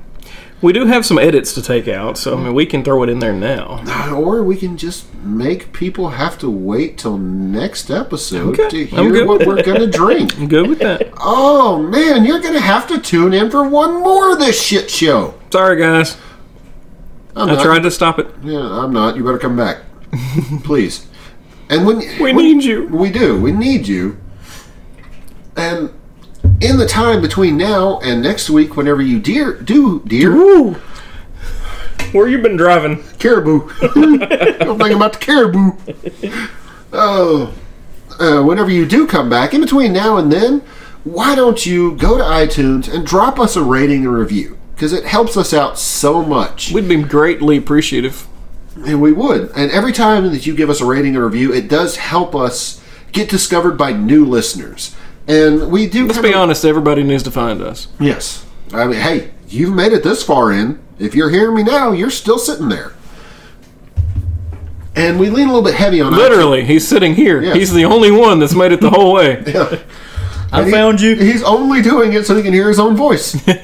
Speaker 1: We do have some edits to take out, so I mean we can throw it in there now.
Speaker 2: Or we can just make people have to wait till next episode
Speaker 1: Okay,
Speaker 2: to
Speaker 1: I'm
Speaker 2: hear
Speaker 1: good.
Speaker 2: what we're going to drink.
Speaker 1: I'm good with that.
Speaker 2: Oh man, you're going to have to tune in for one more of this shit show.
Speaker 1: Sorry guys.
Speaker 2: I'm
Speaker 1: I
Speaker 2: not-
Speaker 1: tried to stop it.
Speaker 2: Yeah, I'm not. You better come back, please. And when
Speaker 1: We
Speaker 2: when-
Speaker 1: need you.
Speaker 2: we do, we need you. And in the time between now and next week, whenever you dear do dear
Speaker 1: Woo. Where you been driving?
Speaker 2: caribou, don't think about the caribou. Oh, uh, whenever you do come back, in between now and then, why don't you go to iTunes and drop us a rating and review? Because it helps us out so much.
Speaker 1: We'd be greatly appreciative.
Speaker 2: And we would. And every time that you give us a rating and review, it does help us get discovered by new listeners. And we do.
Speaker 1: Let's
Speaker 2: kinda-
Speaker 1: be honest, everybody needs to find us.
Speaker 2: Yes. I mean, hey, you've made it this far in. If you're hearing me now, you're still sitting there. And we lean a little bit heavy on
Speaker 1: Literally, he's sitting here.
Speaker 2: Yeah.
Speaker 1: He's the only one that's made it the whole way.
Speaker 2: iTunes.
Speaker 3: I found you.
Speaker 2: He's only doing it so he can hear his own voice.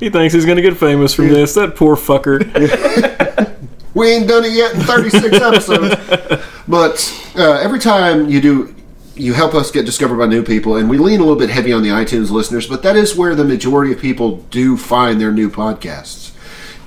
Speaker 1: He thinks he's gonna get famous from this. That poor fucker.
Speaker 2: We ain't done it yet in 36 episodes. But uh, every time you do, you help us get discovered by new people, and we lean a little bit heavy on the iTunes listeners, but that is where the majority of people do find their new podcasts.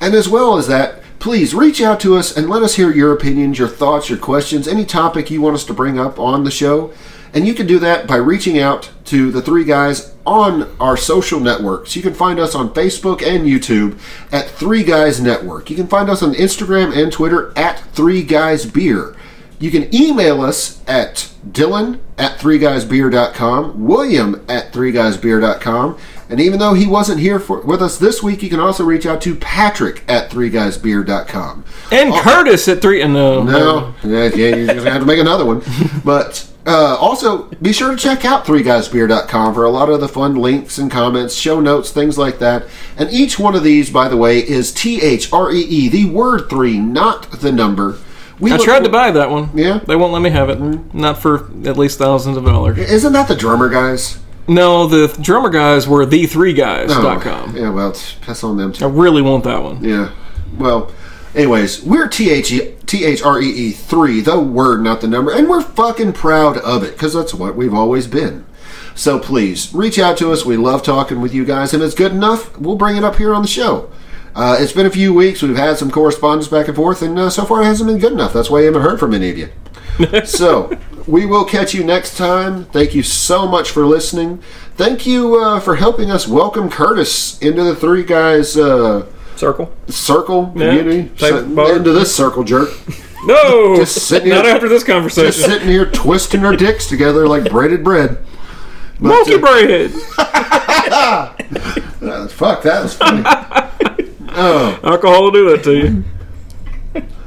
Speaker 2: And as well as that, please reach out to us and let us hear your opinions, your thoughts, your questions, any topic you want us to bring up on the show. And you can do that by reaching out to the three guys on our social networks. You can find us on Facebook and YouTube at Three Guys Network. You can find us on Instagram and Twitter at Three Guys Beer. You can email us at Dylan at threeguysbeer.com, William at threeguysbeer.com, and even though he wasn't here for, with us this week, you can also reach out to Patrick at threeguysbeer.com. Oh,
Speaker 1: And Curtis at three and no.
Speaker 2: No, yeah, yeah, you're gonna have to make another one. But uh, also, be sure to check out threeguysbeer.com for a lot of the fun links and comments, show notes, things like that. And each one of these, by the way, is T H R E E, the word three, not the number. We
Speaker 1: I
Speaker 2: look
Speaker 1: tried to
Speaker 2: for-
Speaker 1: buy that one.
Speaker 2: Yeah? Mm-hmm.
Speaker 1: They won't let me have it. Not for at least thousands of dollars.
Speaker 2: Isn't that the drummer guys?
Speaker 1: No, the drummer guys were
Speaker 2: Oh.
Speaker 1: the3guys.com.
Speaker 2: Yeah, well, it's- piss on them
Speaker 1: I
Speaker 2: too.
Speaker 1: really want that one.
Speaker 2: Yeah. Well, anyways, we're T H E T H R E E 3, the word, not the number, and we're fucking proud of it because that's what we've always been. So please reach out to us. We love talking with you guys. and If it's good enough, we'll bring it up here on the show. Uh, it's been a few weeks. We've had some correspondence back and forth, and uh, so far it hasn't been good enough. That's why I haven't heard from any of you. so we will catch you next time. Thank you so much for listening. Thank you uh, for helping us welcome Curtis into the Three Guys uh,
Speaker 1: Circle?
Speaker 2: circle
Speaker 1: Yeah,
Speaker 2: community
Speaker 1: type
Speaker 2: sitting
Speaker 1: bar.
Speaker 2: into this circle jerk
Speaker 1: No!
Speaker 2: Just sitting
Speaker 1: Not
Speaker 2: here-
Speaker 1: after this
Speaker 2: just
Speaker 1: conversation.
Speaker 2: sitting here twisting their dicks together like braided bread But,
Speaker 1: Monkey
Speaker 2: uh,
Speaker 1: bread!
Speaker 2: uh, fuck that was funny oh
Speaker 1: Alcohol will do that to you.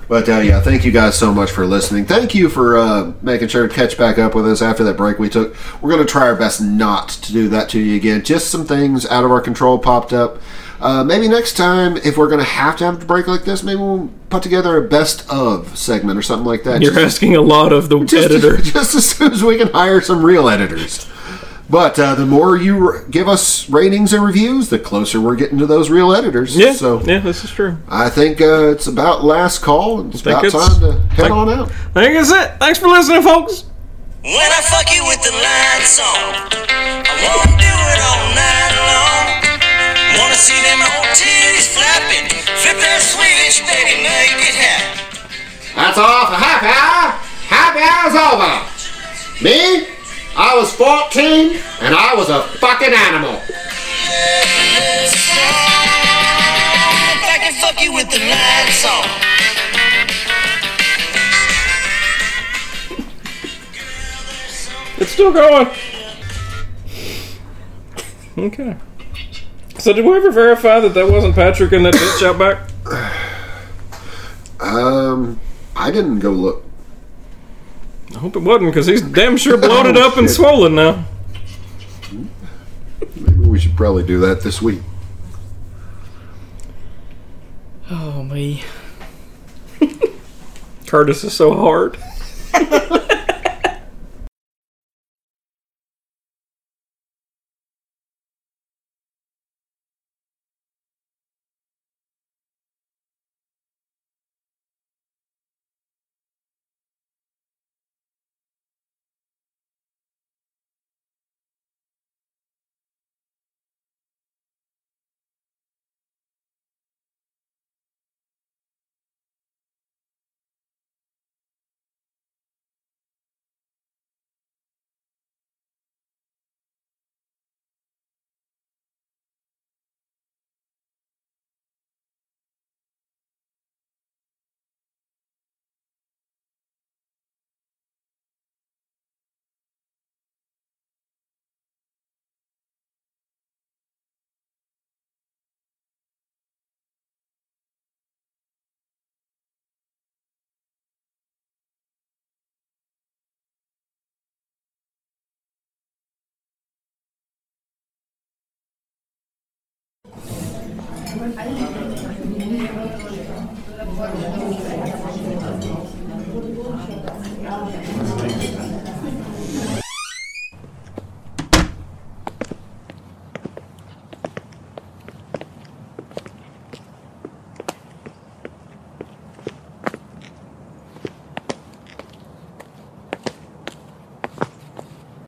Speaker 2: but uh, yeah thank you guys so much for listening thank you for uh, making sure to catch back up with us after that break we took we're going to try our best not to do that to you again just some things out of our control popped up Uh, maybe next time, if we're going to have to have a break like this, maybe we'll put together a best of segment or something like that.
Speaker 1: You're asking a lot of the
Speaker 2: just,
Speaker 1: editor.
Speaker 2: just as soon as we can hire some real editors. But uh, the more you r give us ratings and reviews, the closer we're getting to those real editors.
Speaker 1: Yeah,
Speaker 2: So
Speaker 1: yeah, this is true.
Speaker 2: I think uh, it's about last call. It's
Speaker 1: Think
Speaker 2: about
Speaker 1: it's-
Speaker 2: time to head
Speaker 1: think-
Speaker 2: on out.
Speaker 1: I think that's it. Thanks for listening, folks.
Speaker 5: When I fuck you with the lights on, I won't do it all night long. Wanna see them old titties flapping? Flip that switch, baby, make it happen.
Speaker 2: That's all for happy hour. Happy hour's over. Me, I was 14 and I was a fucking animal.
Speaker 5: If I can fuck you with the lights on.
Speaker 1: It's still going. Okay. So did we ever verify that that wasn't Patrick in that bitch out back?
Speaker 2: Um, I didn't go look.
Speaker 1: I hope it wasn't, because he's damn sure bloated up and
Speaker 2: shit.
Speaker 1: swollen now.
Speaker 2: Maybe we should probably do that this week.
Speaker 3: Oh me.
Speaker 1: Curtis is so hard.